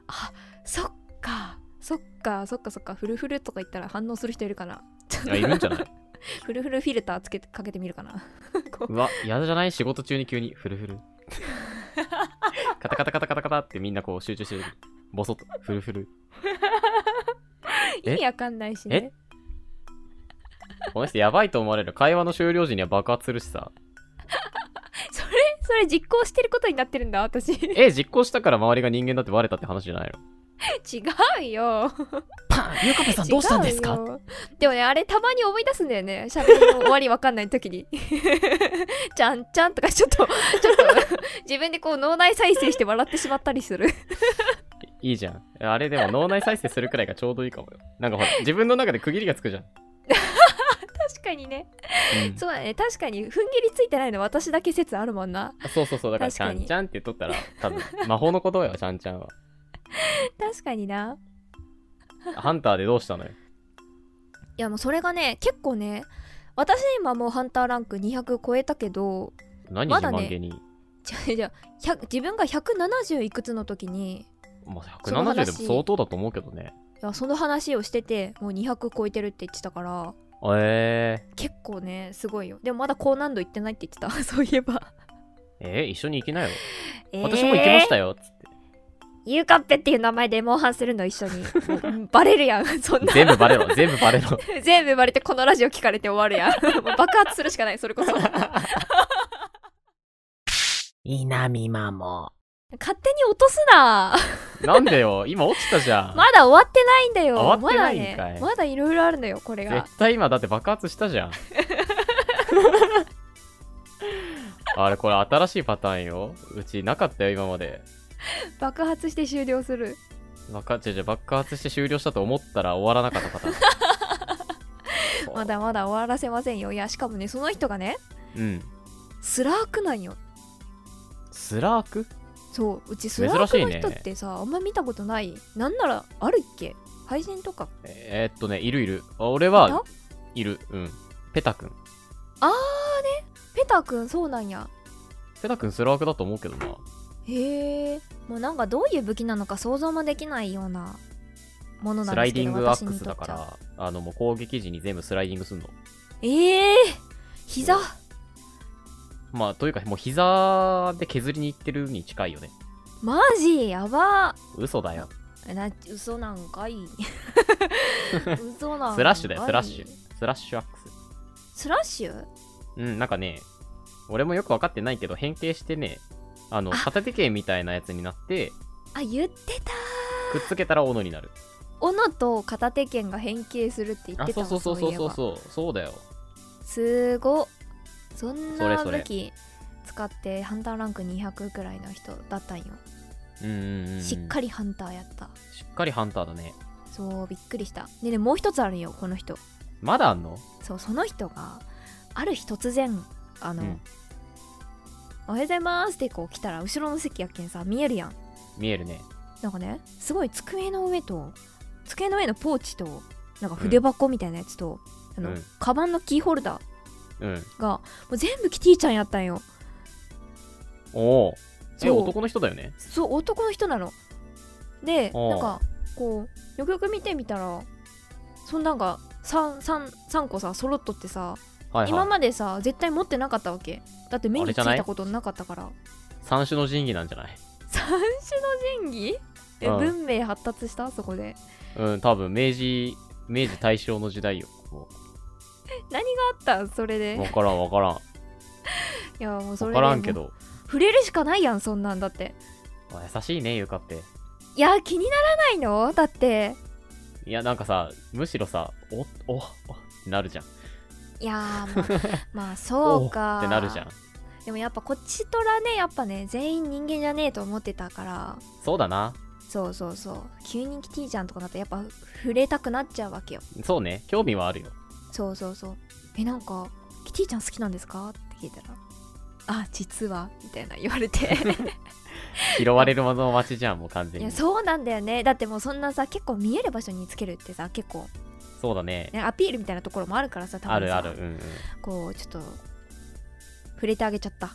Speaker 2: そっかそっかそっかそっかフルフルとか言ったら反応する人いるかない
Speaker 1: や、いるんじゃない
Speaker 2: [LAUGHS] フルフルフィルターつけてかけてみるかなこう
Speaker 1: うわ、嫌じゃない仕事中に急にフル
Speaker 2: [LAUGHS]
Speaker 1: フル。カタカタカタカタカタってみんなこう集中してる。ボソッと、フルフル。え
Speaker 2: 意味わかんないしね
Speaker 1: この人やばいと思われる。会話の終了時には爆発するしさ。
Speaker 2: それそれ実行してることになってるんだ私 [LAUGHS] 違
Speaker 1: え、実行したから周りが人間だって割れたって話じゃないの
Speaker 2: うよ
Speaker 1: パンユーカペさんどうしたんですか
Speaker 2: 違うよでもねあれたまに思い出すんだよね喋りの終わりわかんない時に [LAUGHS] ちゃんちゃんとかちょっとちょっと [LAUGHS] 自分でこう脳内再生して笑ってしまったりする
Speaker 1: いいじゃん。あれでも脳内再生するくらいがちょうどいいかもよ。なんかほら、自分の中で区切りがつくじゃん。
Speaker 2: 確かにね
Speaker 1: うん
Speaker 2: そうだね確かに踏ん切りついてないの私だけ説あるもんな
Speaker 1: そうそうそう、だから、ち
Speaker 2: 確
Speaker 1: ゃ
Speaker 2: かに
Speaker 1: んちゃんって取ったら、多分魔法の言葉よ、ちゃんちゃんは。
Speaker 2: 確かにな
Speaker 1: ハンターでどうしたのよ。
Speaker 2: いやもうそれがね結構ね私今もうハンターランク200超えたけど
Speaker 1: 何
Speaker 2: ま
Speaker 1: 自
Speaker 2: だね
Speaker 1: 慢げに。
Speaker 2: じゃあじゃあ100自分が170いくつの時に
Speaker 1: まあ、
Speaker 2: その
Speaker 1: 170
Speaker 2: 話
Speaker 1: でも相当だと思うけどね。
Speaker 2: いやその話をしててもう200超えてるって言ってたから
Speaker 1: え
Speaker 2: 結構ねすごいよでもまだ高難度いってないって言ってた [LAUGHS] そういえば、
Speaker 1: ー、えー一緒に行きなよ。私も行きました
Speaker 2: よ
Speaker 1: よ。つって
Speaker 2: ゆうかっぺっていう名前でモンハンするの一緒に [LAUGHS] もうバレるやんそんな
Speaker 1: 全部バレろ、全部バレ [LAUGHS] ろ。
Speaker 2: 全部バレてこのラジオ聞かれて終わるやん [LAUGHS] もう爆発するしかないそれこそ
Speaker 1: 稲見まも。
Speaker 2: 勝手に落とすな
Speaker 1: なんでよ、今落ちたじゃん。
Speaker 2: まだ終わってないんだよ
Speaker 1: 終わってないん
Speaker 2: ま
Speaker 1: かい
Speaker 2: だねまだいろいろあるのよこれが
Speaker 1: 絶対今だって爆発した
Speaker 2: [LAUGHS]
Speaker 1: じゃん。あれこれ新しいパターンよ。うちなかったよ今まで。
Speaker 2: 爆発して終了する
Speaker 1: 爆発違う違う爆発して終了したと思ったら終わらなかったパターン。そう
Speaker 2: [LAUGHS] まだまだ終わらせませんよいやしかもねその人がね
Speaker 1: うん。
Speaker 2: スラークなんよ
Speaker 1: スラーク
Speaker 2: そううちスラーク
Speaker 1: 珍しい
Speaker 2: の
Speaker 1: ね
Speaker 2: 人ってさ、あんま見たことないなんならあるっけ配信とか
Speaker 1: えーっとね、いるいる。あ俺
Speaker 2: いた
Speaker 1: はいる。うん。ペタ君。
Speaker 2: あーねペタくんそうなんや
Speaker 1: ペタ君スラークだと思うけどな。
Speaker 2: へえもうなんかどういう武器なのか想像もできないようなものな
Speaker 1: ス
Speaker 2: ん
Speaker 1: ラ
Speaker 2: で
Speaker 1: イ
Speaker 2: す
Speaker 1: デ
Speaker 2: け
Speaker 1: ィン
Speaker 2: ど
Speaker 1: グア
Speaker 2: 私
Speaker 1: ック
Speaker 2: に
Speaker 1: ス
Speaker 2: と
Speaker 1: だ
Speaker 2: っち
Speaker 1: か
Speaker 2: ゃ
Speaker 1: ら、あのもう攻撃時に全部スライディングすんの。
Speaker 2: ええ膝
Speaker 1: まあというかもう膝で削りに行ってるに近いよね。
Speaker 2: マジやば
Speaker 1: 嘘だよ。
Speaker 2: な嘘なん
Speaker 1: [LAUGHS]
Speaker 2: かい嘘なんかい
Speaker 1: スラッシュだよ、スラッシュ。スラッシュアックス。
Speaker 2: スラッシュ
Speaker 1: うん、なんかね、俺もよく分かってないけど、変形してね、あの、
Speaker 2: あ
Speaker 1: 片手剣みたいなやつになって、
Speaker 2: あ言ってた
Speaker 1: くっつけたら斧にな
Speaker 2: [LAUGHS]
Speaker 1: る。
Speaker 2: 斧と片手剣が変形するって言っ
Speaker 1: あ、
Speaker 2: てた
Speaker 1: そう
Speaker 2: わ
Speaker 1: そうそうそう
Speaker 2: いえ
Speaker 1: そう
Speaker 2: ば
Speaker 1: そう、そうだよ。
Speaker 2: すごっそん
Speaker 1: それ
Speaker 2: な
Speaker 1: それ
Speaker 2: 武器使ってハンターランク200くらいの人だったんよ、
Speaker 1: うんうんうんうん。
Speaker 2: しっか
Speaker 1: り。
Speaker 2: りハンターやった
Speaker 1: しっかりハンターだね。
Speaker 2: そうびっくりしたでねもう一つあるんよこの人
Speaker 1: まだあんの
Speaker 2: そうその人がある日突然あの、
Speaker 1: うん
Speaker 2: おはようございますってこう来たら後ろの席やけんさ見えるやん
Speaker 1: 見えるね。
Speaker 2: なんかねすごい机の上と机の上のポーチとなんか筆箱みたいなやつと、あの、
Speaker 1: うん
Speaker 2: カバンのキーホルダ
Speaker 1: うん。
Speaker 2: ーがもう全部キティちゃんやったんよ
Speaker 1: おお。え、
Speaker 2: そう
Speaker 1: 男の人だよね。
Speaker 2: そう男の人なので
Speaker 1: おう
Speaker 2: なんかこうよくよく見てみたらそんなんか 3, 三三個さ揃っとってさ、
Speaker 1: はい
Speaker 2: 今
Speaker 1: はい。
Speaker 2: までさ絶対持ってなかったわけだって目
Speaker 1: あれ
Speaker 2: につ
Speaker 1: じゃない
Speaker 2: いたことなかったから
Speaker 1: 三種の神器なんじゃない
Speaker 2: 三種の神器え、
Speaker 1: うん
Speaker 2: 文明発達したそこで
Speaker 1: うん、多分、明治、明治大正の時代よ。も
Speaker 2: 何があったんそれ
Speaker 1: う
Speaker 2: で
Speaker 1: わからんわからん。
Speaker 2: いやもうそれ
Speaker 1: わ
Speaker 2: で
Speaker 1: からんけ
Speaker 2: も
Speaker 1: ど。
Speaker 2: う触れるしかないやんそんなんだって
Speaker 1: あ優しいね、ゆかって。
Speaker 2: いや気にならないのだって
Speaker 1: いや、なんかさ、むしろさ、お、お、おってなるじゃん。[LAUGHS]
Speaker 2: いやーまあまあそう
Speaker 1: お
Speaker 2: か
Speaker 1: ってなるじゃん。
Speaker 2: でもやっぱこっちとらねやっぱね全員人間じゃねえと思ってたから
Speaker 1: そうだな。
Speaker 2: そうそうそう急にキティちゃんとかだとやっぱ触れたくなっちゃうわけよ
Speaker 1: そうね。興味はあるよ。
Speaker 2: そうそうそうえなんかキティちゃん好きなんですかって聞いたらあ実はみたいな言わ
Speaker 1: [LAUGHS]
Speaker 2: れて
Speaker 1: 拾われるものの街じゃん、もう完全
Speaker 2: い
Speaker 1: に。
Speaker 2: や
Speaker 1: そ
Speaker 2: そうなんだよねだってもうそんなさ結構見える場所につけるってさ結構、
Speaker 1: うだね。
Speaker 2: ね、アピールみたいなところもあるからさ多分さ
Speaker 1: あるある。うんうん。
Speaker 2: こうちょっと触れてあげちゃった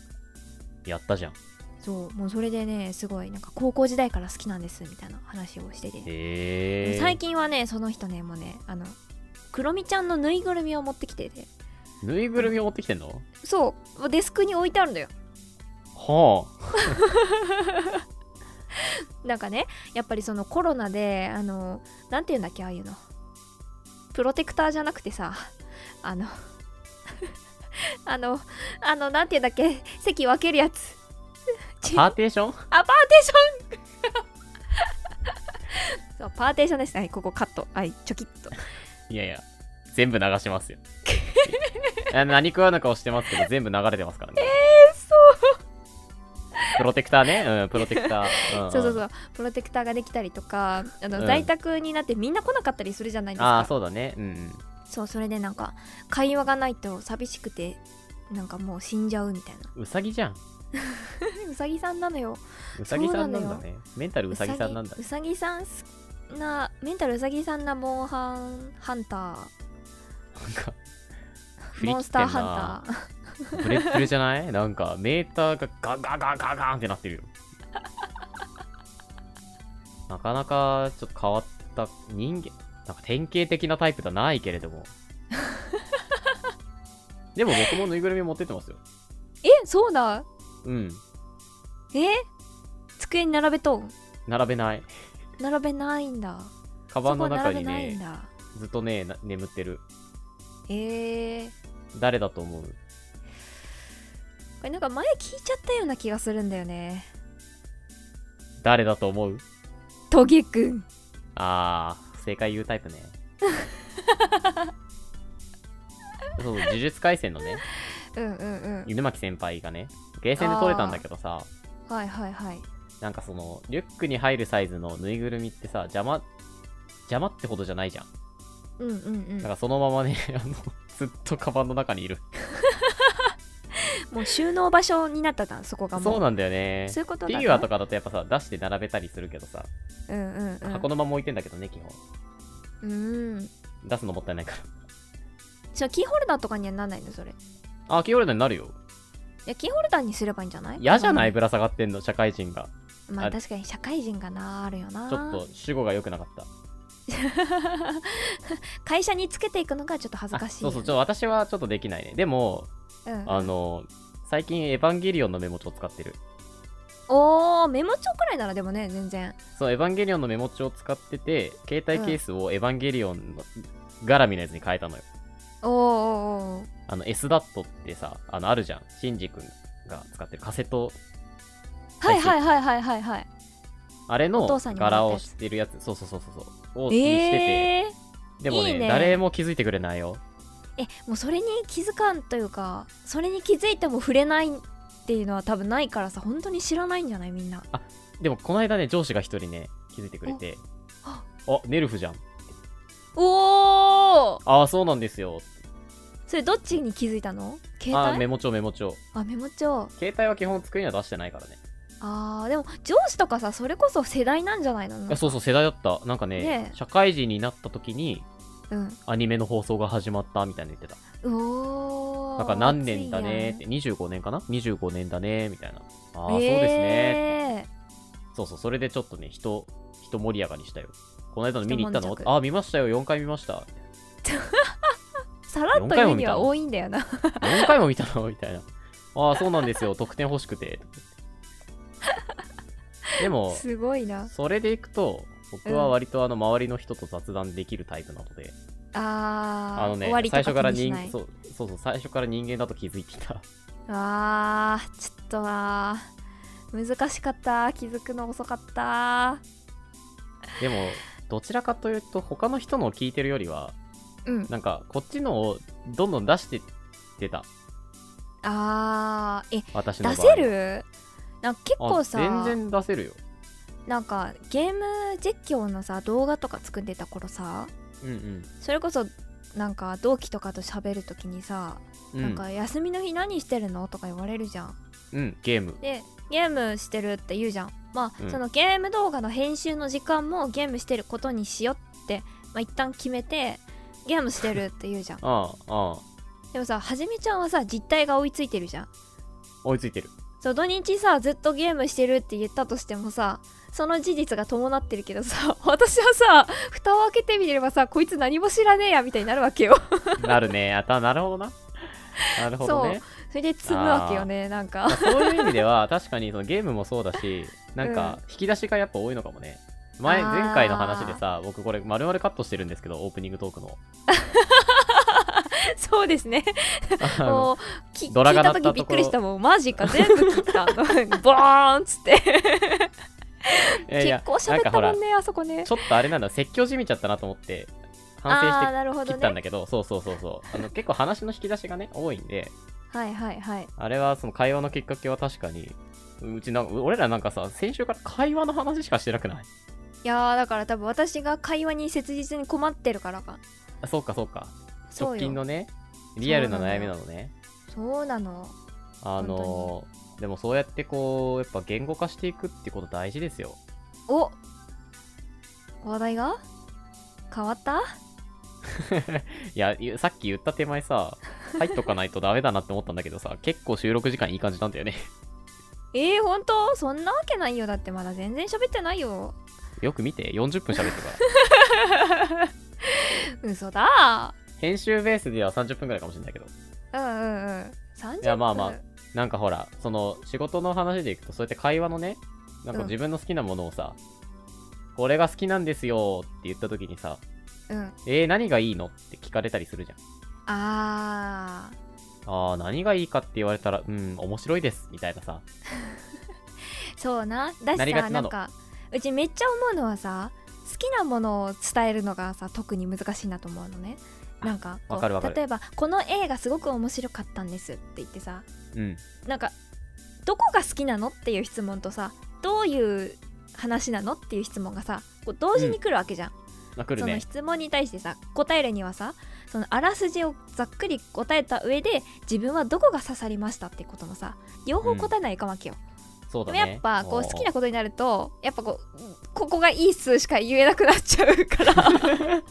Speaker 1: やったじゃん。
Speaker 2: そうもうそれでねすごいなんか高校時代から好きなんですみたいな話をしてて
Speaker 1: へえ。
Speaker 2: 最近はねその人ねもうねあのクロミちゃんのぬいぐるみを持ってきてて
Speaker 1: ぬいぐるみを持ってきてんの
Speaker 2: そうもうデスクに置いてあるんだよ
Speaker 1: は
Speaker 2: [LAUGHS] なんかねやっぱりそのコロナであのなんていうんだっけああいうのプロテクターじゃなくてさ [LAUGHS] あのあのあのなんていうんだっけ席分けるやつち
Speaker 1: パーテーション
Speaker 2: あ、パーテーション [LAUGHS] そう、パーテーションですね。はい、ここカット。はい、チョキッと。
Speaker 1: いやいや、全部流します
Speaker 2: [LAUGHS]
Speaker 1: よ。あ何食わぬ顔してますけど、全部流れてますからね。プロテクターね。うん、プロテクター。ん
Speaker 2: そうそうそう。プロテクターができたりとか、あの、
Speaker 1: うん
Speaker 2: 在宅になってみんな来なかったりするじゃないです
Speaker 1: ああ、
Speaker 2: か。
Speaker 1: そうだね。うんうん。
Speaker 2: そう、それでなんか、会話がないと寂しくて、なんかもう死んじゃうみたいな。
Speaker 1: うさぎじゃん。
Speaker 2: うさぎさんなのよ。
Speaker 1: うさぎさんなん
Speaker 2: そうな
Speaker 1: だ
Speaker 2: の
Speaker 1: ね。メンタルうさぎさんなんだ
Speaker 2: う。さぎさんすな、メンタルうさぎさんなモンハンハンタ
Speaker 1: なん
Speaker 2: [LAUGHS]
Speaker 1: か、振
Speaker 2: ー、
Speaker 1: り切
Speaker 2: モン
Speaker 1: っ
Speaker 2: ス
Speaker 1: て
Speaker 2: ター
Speaker 1: ん
Speaker 2: ハ
Speaker 1: な
Speaker 2: ン。ター。
Speaker 1: ブレッブレじゃないなんか、メーターがガンガンガンガンガンってなってるよ。なかなか、ちょっと変わった人間、なんか典型的なタイプじゃないけれ
Speaker 2: [LAUGHS]
Speaker 1: ども。でも僕もぬいぐるみ持ってってますよ。
Speaker 2: え、そうだ。
Speaker 1: うん。
Speaker 2: え机に並べとん。
Speaker 1: 並べない。
Speaker 2: 並べないんだ。
Speaker 1: カ
Speaker 2: カ
Speaker 1: バンの中に
Speaker 2: 並べないん
Speaker 1: ね、
Speaker 2: だ。
Speaker 1: ずっとね、な眠ってる。
Speaker 2: えー、
Speaker 1: 誰だと思う
Speaker 2: これなんか前聞いちゃったような気がするんだよね
Speaker 1: 誰だと思う
Speaker 2: トゲくん
Speaker 1: あー、正解言うタイプね。そう、呪術廻戦の
Speaker 2: [LAUGHS]
Speaker 1: ね、
Speaker 2: うんうん
Speaker 1: 犬巻先輩がね、ゲーセンで取れたんだけどさ、
Speaker 2: うんはいはいはい
Speaker 1: なんかその、リュックに入るサイズのぬいぐるみってさ、邪魔、邪魔ってほどじゃないじゃん。
Speaker 2: うんうんうん
Speaker 1: だからそのままね、 [LAUGHS] あの、ずっとカバンの中にいる。
Speaker 2: もう収納場所になったなそこがもう
Speaker 1: そうなんだよね。
Speaker 2: そういうこと
Speaker 1: フィ
Speaker 2: だな
Speaker 1: ギュアとかだとやっぱさ、出して並べたりするけどさ、
Speaker 2: うんうんうん
Speaker 1: 箱のまま置いてんだけどね、基本。
Speaker 2: うん
Speaker 1: 出すのもったいないから。
Speaker 2: じゃあキーホルダーとかにはなんないのそれい
Speaker 1: あ、キーホルダーになるよ。
Speaker 2: やキーホルダーにすればいいんじゃない
Speaker 1: 嫌じゃないぶら下がってんの、社会人が。
Speaker 2: ま
Speaker 1: あ
Speaker 2: あ
Speaker 1: れ
Speaker 2: 確かに社会人がなあるよな
Speaker 1: ちょっと主語が良くなかった。
Speaker 2: [LAUGHS] 会社につけていくのがちょっと恥ずかしい
Speaker 1: あそうそう、ちょっと私はちょっとできないね。でも、
Speaker 2: うん
Speaker 1: あの、最近エヴァンゲリオンのメモ帳使ってる。
Speaker 2: おーメモ帳くらいならでもね全然
Speaker 1: そう、エヴァンゲリオンのメモ帳使ってて、携帯ケースをエヴァンゲリオンの絡みのやつに変えたのよ。
Speaker 2: おーおーおー
Speaker 1: あの、S ダットってさ、あの、あるじゃん。シンジ君が使ってるカセット、
Speaker 2: はいはいはいはいはいはい
Speaker 1: あれの
Speaker 2: お父さんにもらったや
Speaker 1: 柄
Speaker 2: つ
Speaker 1: を知ってるやつ、そうそうそうそうそう、をにしてて、
Speaker 2: えー、
Speaker 1: でもね
Speaker 2: いいね
Speaker 1: 誰も気づいてくれないよ。
Speaker 2: えもうそれに気づかんというかそれに気づいても触れないっていうのは多分ないからさ本当に知らないんじゃないみんな
Speaker 1: でも、この間ね、上司が一人ね、気づいてくれて、あ
Speaker 2: あ、
Speaker 1: ネルフじゃん。
Speaker 2: おお
Speaker 1: ああ、そうなんですよ。
Speaker 2: それどっちに気づいたの携
Speaker 1: あー
Speaker 2: 帯
Speaker 1: メモ帳メモ帳。
Speaker 2: あメモ帳
Speaker 1: 携帯は基本机には出してないからね。
Speaker 2: あーでも上司とかさそれこそ世代なんじゃないの
Speaker 1: いやそうそう世代だったなんかね
Speaker 2: ねえ
Speaker 1: 社会人になった時に
Speaker 2: うん
Speaker 1: アニメの放送が始まったみたいな言ってた
Speaker 2: おお
Speaker 1: なんか何年だねって25年かな25年だねみたいなああ、そうですね
Speaker 2: え
Speaker 1: そうそうそれでちょっとね人人盛り上がりしたよこの間の見に行った
Speaker 2: 人
Speaker 1: の
Speaker 2: 悶着
Speaker 1: ああ見ましたよ4回見ました
Speaker 2: ー、さらっと言うには多いんだよな
Speaker 1: 4回も見たのみたいなああそうなんですよ得点欲しくてでも
Speaker 2: [LAUGHS] すごいな
Speaker 1: それでいくと僕は割とあの周りの人と雑談できるタイプなので、
Speaker 2: あー
Speaker 1: あのね
Speaker 2: 終わりと
Speaker 1: 最
Speaker 2: か
Speaker 1: 初から
Speaker 2: 気にし
Speaker 1: 人
Speaker 2: ない
Speaker 1: そうそうそう最初から人間だと気づいていた [LAUGHS]
Speaker 2: あーちょっとなー難しかった気づくの遅かった
Speaker 1: でも、どちらかというと、他の人のを聞いてるよりは、
Speaker 2: うん
Speaker 1: なんか、こっちのをどんどん出してってた、
Speaker 2: あーえ
Speaker 1: 私の場
Speaker 2: 出
Speaker 1: 合
Speaker 2: せるなんか結
Speaker 1: あ
Speaker 2: 構さ
Speaker 1: 全然出せるよ。
Speaker 2: なんかゲーム実況のさ動画とか作ってた頃さ
Speaker 1: うんうん。
Speaker 2: それこそなんか同期とかと喋るときにさ、
Speaker 1: うん、
Speaker 2: なんか休みの日何してるのとか言われるじゃん
Speaker 1: うん、ゲーム。
Speaker 2: でゲームしてるって言うじゃんまあ、
Speaker 1: うん
Speaker 2: そのゲーム動画の編集の時間もゲームしてることにしようって、まあ、一旦決めてゲームしてるって言うじ
Speaker 1: [LAUGHS]
Speaker 2: ゃん
Speaker 1: ああ、ああ、
Speaker 2: でもさはじめちゃんはさ実態が追いついてるじゃん
Speaker 1: 追いついてる。 [LAUGHS]
Speaker 2: そう土日さずっとゲームしてるって言ったとしてもさその事実が伴ってるけどさ [LAUGHS] 私はさ蓋を開けてみればさこいつ何も知らねえやみたいになるわ
Speaker 1: [LAUGHS]
Speaker 2: けよ
Speaker 1: なるね。あた、なるほどな。なるほどね。
Speaker 2: それで積むわけよねなん
Speaker 1: まあ
Speaker 2: か [LAUGHS]
Speaker 1: そういう意味では、確かにそのゲームもそうだし、なんか、引き出しがやっぱ多いのかもね。前、
Speaker 2: あー
Speaker 1: 前回の話でさ、僕これ丸々カットしてるんですけど、オープニングトークの。
Speaker 2: そうですね
Speaker 1: あの
Speaker 2: もうき
Speaker 1: ド
Speaker 2: 聞
Speaker 1: ラ
Speaker 2: い
Speaker 1: が鳴ったたところ
Speaker 2: 時びっくりしたもんマジか全部切った
Speaker 1: [LAUGHS]
Speaker 2: [LAUGHS] ボーンっつって
Speaker 1: いやいや
Speaker 2: 結構
Speaker 1: なん
Speaker 2: 喋
Speaker 1: か
Speaker 2: っ
Speaker 1: ほ
Speaker 2: た
Speaker 1: ら
Speaker 2: もんねあそこね
Speaker 1: ちょっとあれなんだ説教じみちゃったなと思って反省して
Speaker 2: ああーなるほ
Speaker 1: 切
Speaker 2: ど
Speaker 1: ったんだ
Speaker 2: ね
Speaker 1: けど、そうそうそうそうあの結構話の引き出しがね多いんで
Speaker 2: はいはいはい
Speaker 1: あれはその会話のきっかけは確かにうちなんか俺らなんかさ先週から会話の話しかしてなくない
Speaker 2: いやーだから多分私が会話に切実に困ってるからか
Speaker 1: あそうかそうか
Speaker 2: そ
Speaker 1: 直
Speaker 2: う
Speaker 1: 近
Speaker 2: よ
Speaker 1: のねリアルな悩みなのね
Speaker 2: そうなの
Speaker 1: あのでもそうやってこうやっぱ言語化していくってこと大事ですよ
Speaker 2: お話題が変わった
Speaker 1: いやゆさっき言った手前さ入っとかないとダメだなって思ったんだけどさ結構収録時間いい感じなんだよね
Speaker 2: えー、本当そんなわけないよだってまだ全然喋ってないよ
Speaker 1: よく見て40分喋ってから
Speaker 2: [LAUGHS] 嘘だ
Speaker 1: 編集ベースでは30分ぐらいかもしれないけど
Speaker 2: うんうんうん30分
Speaker 1: いやまあまあなんかほらその仕事の話でいくとそうやって会話のねなんか
Speaker 2: うん
Speaker 1: 自分の好きなものをさ、これが好きなんですよって言った時にさ
Speaker 2: うん
Speaker 1: えー、何がいいのって聞かれたりするじゃん
Speaker 2: あ
Speaker 1: あー何がいいかって言われたらうん面白いですみたいなさ
Speaker 2: ーそうなだし
Speaker 1: なりが
Speaker 2: さ
Speaker 1: ちな
Speaker 2: な
Speaker 1: んの
Speaker 2: かうちめっちゃ思うのはさ好きなものを伝えるのがさ特に難しいなと思うのねなんかこう
Speaker 1: わかるわかる
Speaker 2: 例えばこの映画すごく面白かったんですって言ってさ
Speaker 1: うん
Speaker 2: なんかどこが好きなのっていう質問とさどういう話なのっていう質問がさこう同時に来るわけじゃん、
Speaker 1: まあ来る
Speaker 2: その
Speaker 1: ね
Speaker 2: 質問に対してさ答えるにはさそのあらすじをざっくり答えた上で自分はどこが刺さりましたってことのさ両方答えないかんわけよ、
Speaker 1: そう
Speaker 2: で
Speaker 1: だ
Speaker 2: も
Speaker 1: ね
Speaker 2: やっぱこう
Speaker 1: おー
Speaker 2: 好きなことになるとやっぱこうここがいい数しか言えなくなっちゃうから
Speaker 1: [LAUGHS]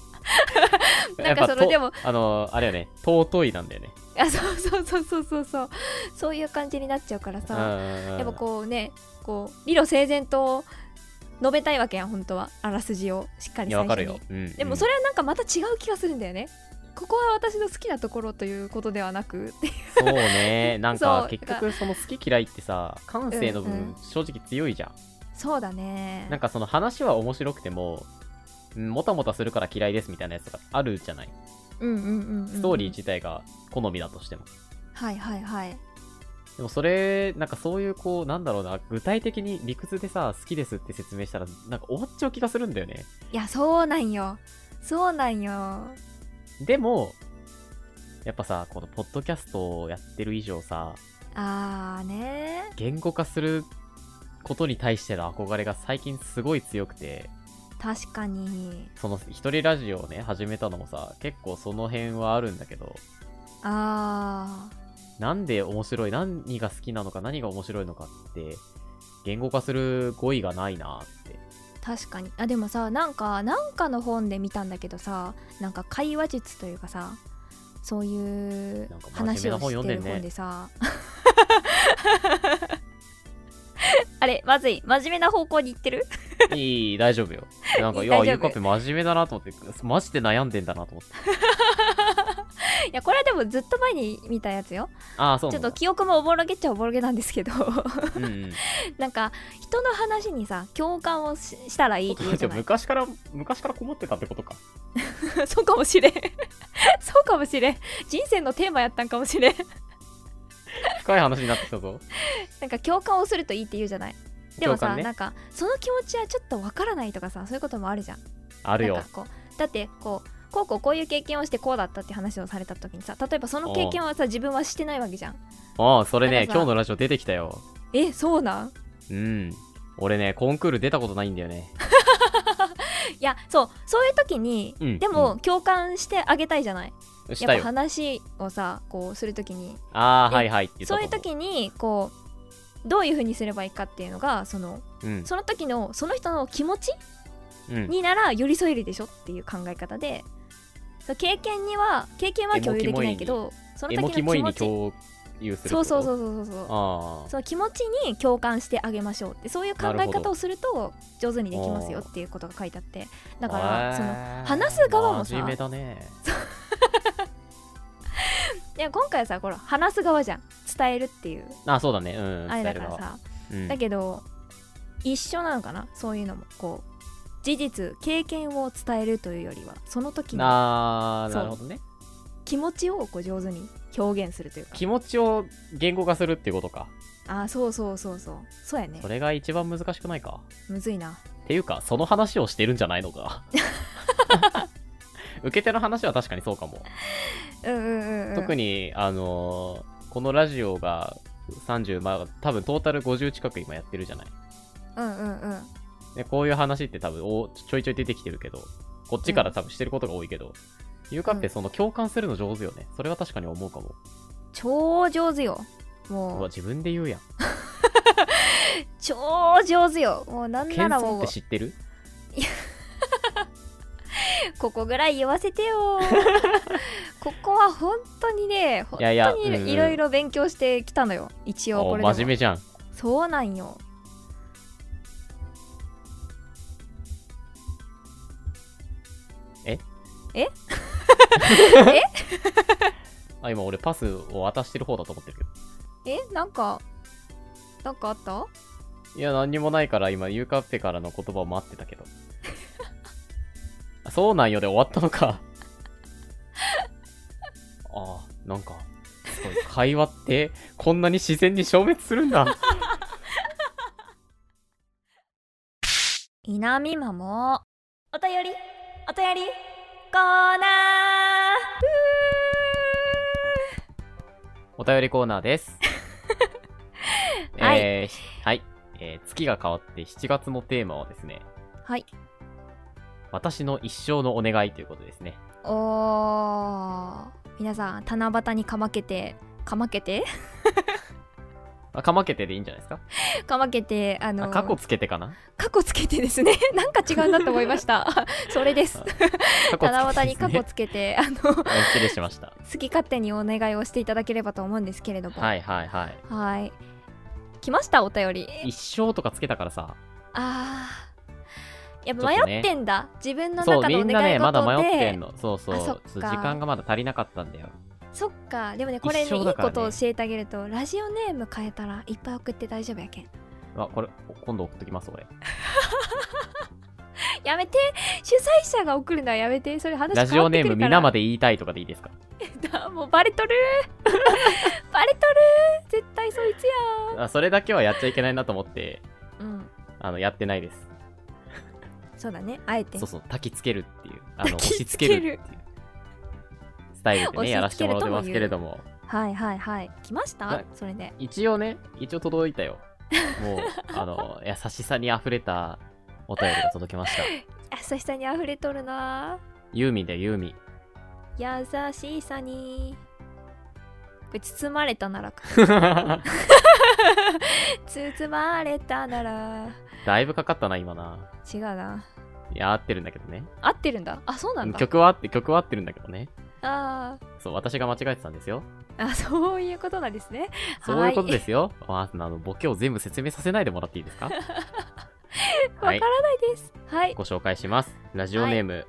Speaker 2: なんか
Speaker 1: やっぱ
Speaker 2: その
Speaker 1: と
Speaker 2: でも
Speaker 1: あのあれよね尊いなんだよね
Speaker 2: あそうそうそうそうそうそうそういう感じになっちゃうからさ、
Speaker 1: や
Speaker 2: やっぱこうねこう理路整然と述べたいわけやん本当はあらすじをしっかり
Speaker 1: いやわ
Speaker 2: 最
Speaker 1: か
Speaker 2: 初
Speaker 1: る
Speaker 2: に
Speaker 1: よ、うん、
Speaker 2: でもそれはなんかまた違う気がするんだよね。ここは私の好きなところということではなく [LAUGHS] っていう
Speaker 1: うんそうねなん
Speaker 2: そ
Speaker 1: か
Speaker 2: う
Speaker 1: 結局その好き嫌いってさ感性の部
Speaker 2: うんう
Speaker 1: 分正直強いじゃん、
Speaker 2: そうだね
Speaker 1: なんかその話は面白くてもうんもたもたするから嫌いですみたいなやつがあるじゃない
Speaker 2: うんうんうん、うん、
Speaker 1: ストーリー自体が好みだとしても、
Speaker 2: はいはいはい
Speaker 1: でもそれなんかそういうこうなんだろうな具体的に理屈でさ好きですって説明したらなんか終わっちゃう気がするんだよね
Speaker 2: いやそうなんよそうなんよ
Speaker 1: でもやっぱさこのポッドキャストをやってる以上さ
Speaker 2: あーね
Speaker 1: 言語化することに対しての憧れが最近すごい強くて
Speaker 2: 確かに
Speaker 1: その一人ラジオをね始めたのもさ結構その辺はあるんだけど
Speaker 2: あ
Speaker 1: なんで面白い何が好きなのか何が面白いのかって言語化する語彙がないなって
Speaker 2: ー確かにあでもさなんかなんかの本で見たんだけどさなんか会話術というかさそういう
Speaker 1: なんか真面
Speaker 2: 話
Speaker 1: 目
Speaker 2: を
Speaker 1: な本
Speaker 2: し
Speaker 1: 読ん
Speaker 2: て
Speaker 1: で
Speaker 2: る
Speaker 1: んね
Speaker 2: 本でさ [LAUGHS] あれまずい真面目な方向に行ってる [LAUGHS]
Speaker 1: いい大丈夫よなんか
Speaker 2: いい
Speaker 1: いや
Speaker 2: 大丈夫
Speaker 1: ゆうかっぺ真面目だなと思ってマジで悩んでんだなと思って
Speaker 2: いやこれはでもずっと前に見たやつよ
Speaker 1: ああそう
Speaker 2: ちょ
Speaker 1: なんだ
Speaker 2: っと記憶もおぼろげっちゃおぼろげなんですけど [LAUGHS]
Speaker 1: うんうん
Speaker 2: なんか人の話にさ共感をししたらいいって言うじ
Speaker 1: じ
Speaker 2: ゃ
Speaker 1: ゃあ
Speaker 2: ない
Speaker 1: 昔から昔から困ってたってことか
Speaker 2: [LAUGHS] そうかもしれんそうかもしれん人生のテーマやったんかもしれん
Speaker 1: 深い話になってきたぞ
Speaker 2: なんか共感をするといいって言うじゃないでも
Speaker 1: 共
Speaker 2: さ、
Speaker 1: 感ね
Speaker 2: なんかその気持ちはちょっとわからないとかさそういうこともあるじゃん
Speaker 1: ある
Speaker 2: な
Speaker 1: よ
Speaker 2: んかこうだってこうこうこうこういう経験をしてこうだったって話をされた時にさ例えばその経験はさ自分はしてないわけじゃん
Speaker 1: ああそれね
Speaker 2: なんかさ
Speaker 1: 今日のラジオ出てきたよ
Speaker 2: えそうなん
Speaker 1: うん俺ねコンクール出たことないんだよ
Speaker 2: [LAUGHS]
Speaker 1: ね
Speaker 2: いやそうそういう時に、
Speaker 1: うん
Speaker 2: でも共感してあげたいじゃない
Speaker 1: し
Speaker 2: や
Speaker 1: た
Speaker 2: っぱ
Speaker 1: よ
Speaker 2: 話をさこうするときに
Speaker 1: ああ
Speaker 2: で
Speaker 1: はいはいって言った
Speaker 2: そういう
Speaker 1: と思
Speaker 2: 時にこうどういうふうにすればいいかっていうのがその
Speaker 1: うん
Speaker 2: その時のその人の気持ち
Speaker 1: うん
Speaker 2: になら寄り添えるでしょっていう考え方でそう経験には経験は共有できないけどその
Speaker 1: エモ
Speaker 2: 時
Speaker 1: キモい
Speaker 2: の
Speaker 1: に
Speaker 2: 気持
Speaker 1: 共
Speaker 2: ち
Speaker 1: 有するって
Speaker 2: そ
Speaker 1: こ
Speaker 2: う
Speaker 1: と
Speaker 2: そうそううそうそうそう
Speaker 1: ああ
Speaker 2: その気持ちに共感してあげましょうってそういう考
Speaker 1: な
Speaker 2: え
Speaker 1: るほ
Speaker 2: 方
Speaker 1: ど
Speaker 2: をすると上手にできますよっていうことが書いてあってだからその
Speaker 1: の
Speaker 2: 話す側もさ
Speaker 1: 真面目だね
Speaker 2: いや今回はさほら話す側じゃん伝えるっていう
Speaker 1: あそうだねうん
Speaker 2: あれだから
Speaker 1: 伝える側
Speaker 2: さ
Speaker 1: うん
Speaker 2: だけど一緒なのかなそういうのもこう事実経験を伝えるというよりはその時の
Speaker 1: あー
Speaker 2: そう
Speaker 1: なるほどね
Speaker 2: 気持ちをこう上手に表現するというか
Speaker 1: 気持ちを言語化するっていうことか。
Speaker 2: あーそうそうそうそうそうやね
Speaker 1: それが一番難しくないか。
Speaker 2: むずいな
Speaker 1: っていうか、その話をしてるんじゃないの
Speaker 2: [LAUGHS]
Speaker 1: か。受け手の話は確かにそうかも。
Speaker 2: うんうんうん、うん、
Speaker 1: 特
Speaker 2: に
Speaker 1: に、あのーこのラジオが30、まあ、多分トータル50近く今やってるじゃない。
Speaker 2: うんうんうん
Speaker 1: でこういう話って多分おちょいちょい出てきてるけど、こっちから多分してることが多いけど、ゆうかっぺ
Speaker 2: うん
Speaker 1: その共感するの上手よね。それは確かに思うかも。
Speaker 2: 超上手よ
Speaker 1: う
Speaker 2: も
Speaker 1: わ、
Speaker 2: う
Speaker 1: 自分で言うやん。
Speaker 2: 超上手よもうなんな
Speaker 1: 謙
Speaker 2: ら
Speaker 1: 遜っ
Speaker 2: もう
Speaker 1: て知ってる
Speaker 2: ここぐらい言わせて
Speaker 1: [LAUGHS]
Speaker 2: よここは本当にね
Speaker 1: い
Speaker 2: 本当
Speaker 1: やいやうんうん
Speaker 2: にいろいろ勉強してきたのよ一応
Speaker 1: お
Speaker 2: これでも
Speaker 1: 真面目じゃん。
Speaker 2: そうなんよ
Speaker 1: え
Speaker 2: ええ
Speaker 1: あ、今俺パスを渡してる方だと思ってるけど。
Speaker 2: えなんかなんかあった
Speaker 1: いや、何にもないから今、ゆうかっぺからの言葉を待ってた
Speaker 2: [LAUGHS]
Speaker 1: けど。あそうなんよで終わったのか。ああ、なんか、すごい、会話って、こんなに自然に消滅するんだ。
Speaker 2: 稲見まもお便りお便りコーナ
Speaker 1: お便りコーナーです。
Speaker 2: [LAUGHS] はい
Speaker 1: えーひはい、えー月が変わって7月のテーマはですね、
Speaker 2: ーはい
Speaker 1: 私の一生のお願いということですね。
Speaker 2: おー皆さん七夕にかまけてかまけて [LAUGHS]
Speaker 1: あ、かまけてでいいんじゃないですか
Speaker 2: かまけてあ
Speaker 1: あ、
Speaker 2: の
Speaker 1: 過去つけてかな
Speaker 2: 過去つけてですね [LAUGHS] なんか違うなと思いました [LAUGHS] それです
Speaker 1: あ過去つけて
Speaker 2: 七夕に過
Speaker 1: です
Speaker 2: 去
Speaker 1: ね
Speaker 2: つけてあの好
Speaker 1: あ [LAUGHS] 失礼しました。
Speaker 2: き勝手にお願いをしていただければと思うんですけれども
Speaker 1: はいはいはい。
Speaker 2: はい来ましたお便り
Speaker 1: 一生とかつけたからさ、
Speaker 2: あーやっぱ
Speaker 1: ちょっとね
Speaker 2: 迷ってんだ、自分の
Speaker 1: そう、
Speaker 2: 中の
Speaker 1: み
Speaker 2: お願い事で
Speaker 1: んなね、まだ迷ってんの。そうそう
Speaker 2: あそっか
Speaker 1: そう時間がまだ足りなかったんだよ。
Speaker 2: そっかでもねこ
Speaker 1: 一
Speaker 2: れね
Speaker 1: 生
Speaker 2: いい
Speaker 1: だから
Speaker 2: こ
Speaker 1: ね
Speaker 2: とを教えてあげるとラジオネーム変えたらいっぱい送って大丈夫やけん
Speaker 1: あ、これ、今度送っときます、俺。
Speaker 2: やめて主催者が送るのはやめてそれ話
Speaker 1: ラジオネーム、皆ま
Speaker 2: で
Speaker 1: で言いたいとかでいいですか
Speaker 2: [LAUGHS] もうバレとる [LAUGHS] バレとる絶対そいつや
Speaker 1: あそれだけはやっちゃいけないなと思って、
Speaker 2: うん
Speaker 1: あの、やってないです。
Speaker 2: そうだねあえて
Speaker 1: そうそう、焚きつけるって
Speaker 2: [LAUGHS]
Speaker 1: いう、あの、
Speaker 2: 焚
Speaker 1: 押
Speaker 2: き
Speaker 1: し
Speaker 2: つ
Speaker 1: つ
Speaker 2: け
Speaker 1: け
Speaker 2: る
Speaker 1: るっていう。スタイルで
Speaker 2: 押し付け [LAUGHS] る
Speaker 1: ね、やらせてもらってますけれども。
Speaker 2: はいはいはい来ました、
Speaker 1: はい
Speaker 2: それで
Speaker 1: 一応ね、一応届いたよ。
Speaker 2: [LAUGHS]
Speaker 1: もう、あの、優しさに溢れたお便りが届きま
Speaker 2: [LAUGHS]
Speaker 1: した。
Speaker 2: 優しさに溢れとるな
Speaker 1: ユーミンだよ、ユ
Speaker 2: [LAUGHS]
Speaker 1: ーミン。
Speaker 2: 優しさにこれ包まれたなら [LAUGHS] か包まれたなら
Speaker 1: だいぶかかったな、今な。
Speaker 2: 違うない
Speaker 1: や、合ってるんだけどね。
Speaker 2: 合ってるんだあそうなんだ
Speaker 1: 曲は合って、曲は合ってるんだけどね。
Speaker 2: あー
Speaker 1: そう、私が間違えてたんですよ。
Speaker 2: あそういうことなんですね
Speaker 1: そういうことですすよ。まあ、あの、ボケを全部説明させないでもらっていい
Speaker 2: [LAUGHS]
Speaker 1: ですか
Speaker 2: わか
Speaker 1: はい、
Speaker 2: らないですはい、
Speaker 1: ご紹介します。ラジオネーム、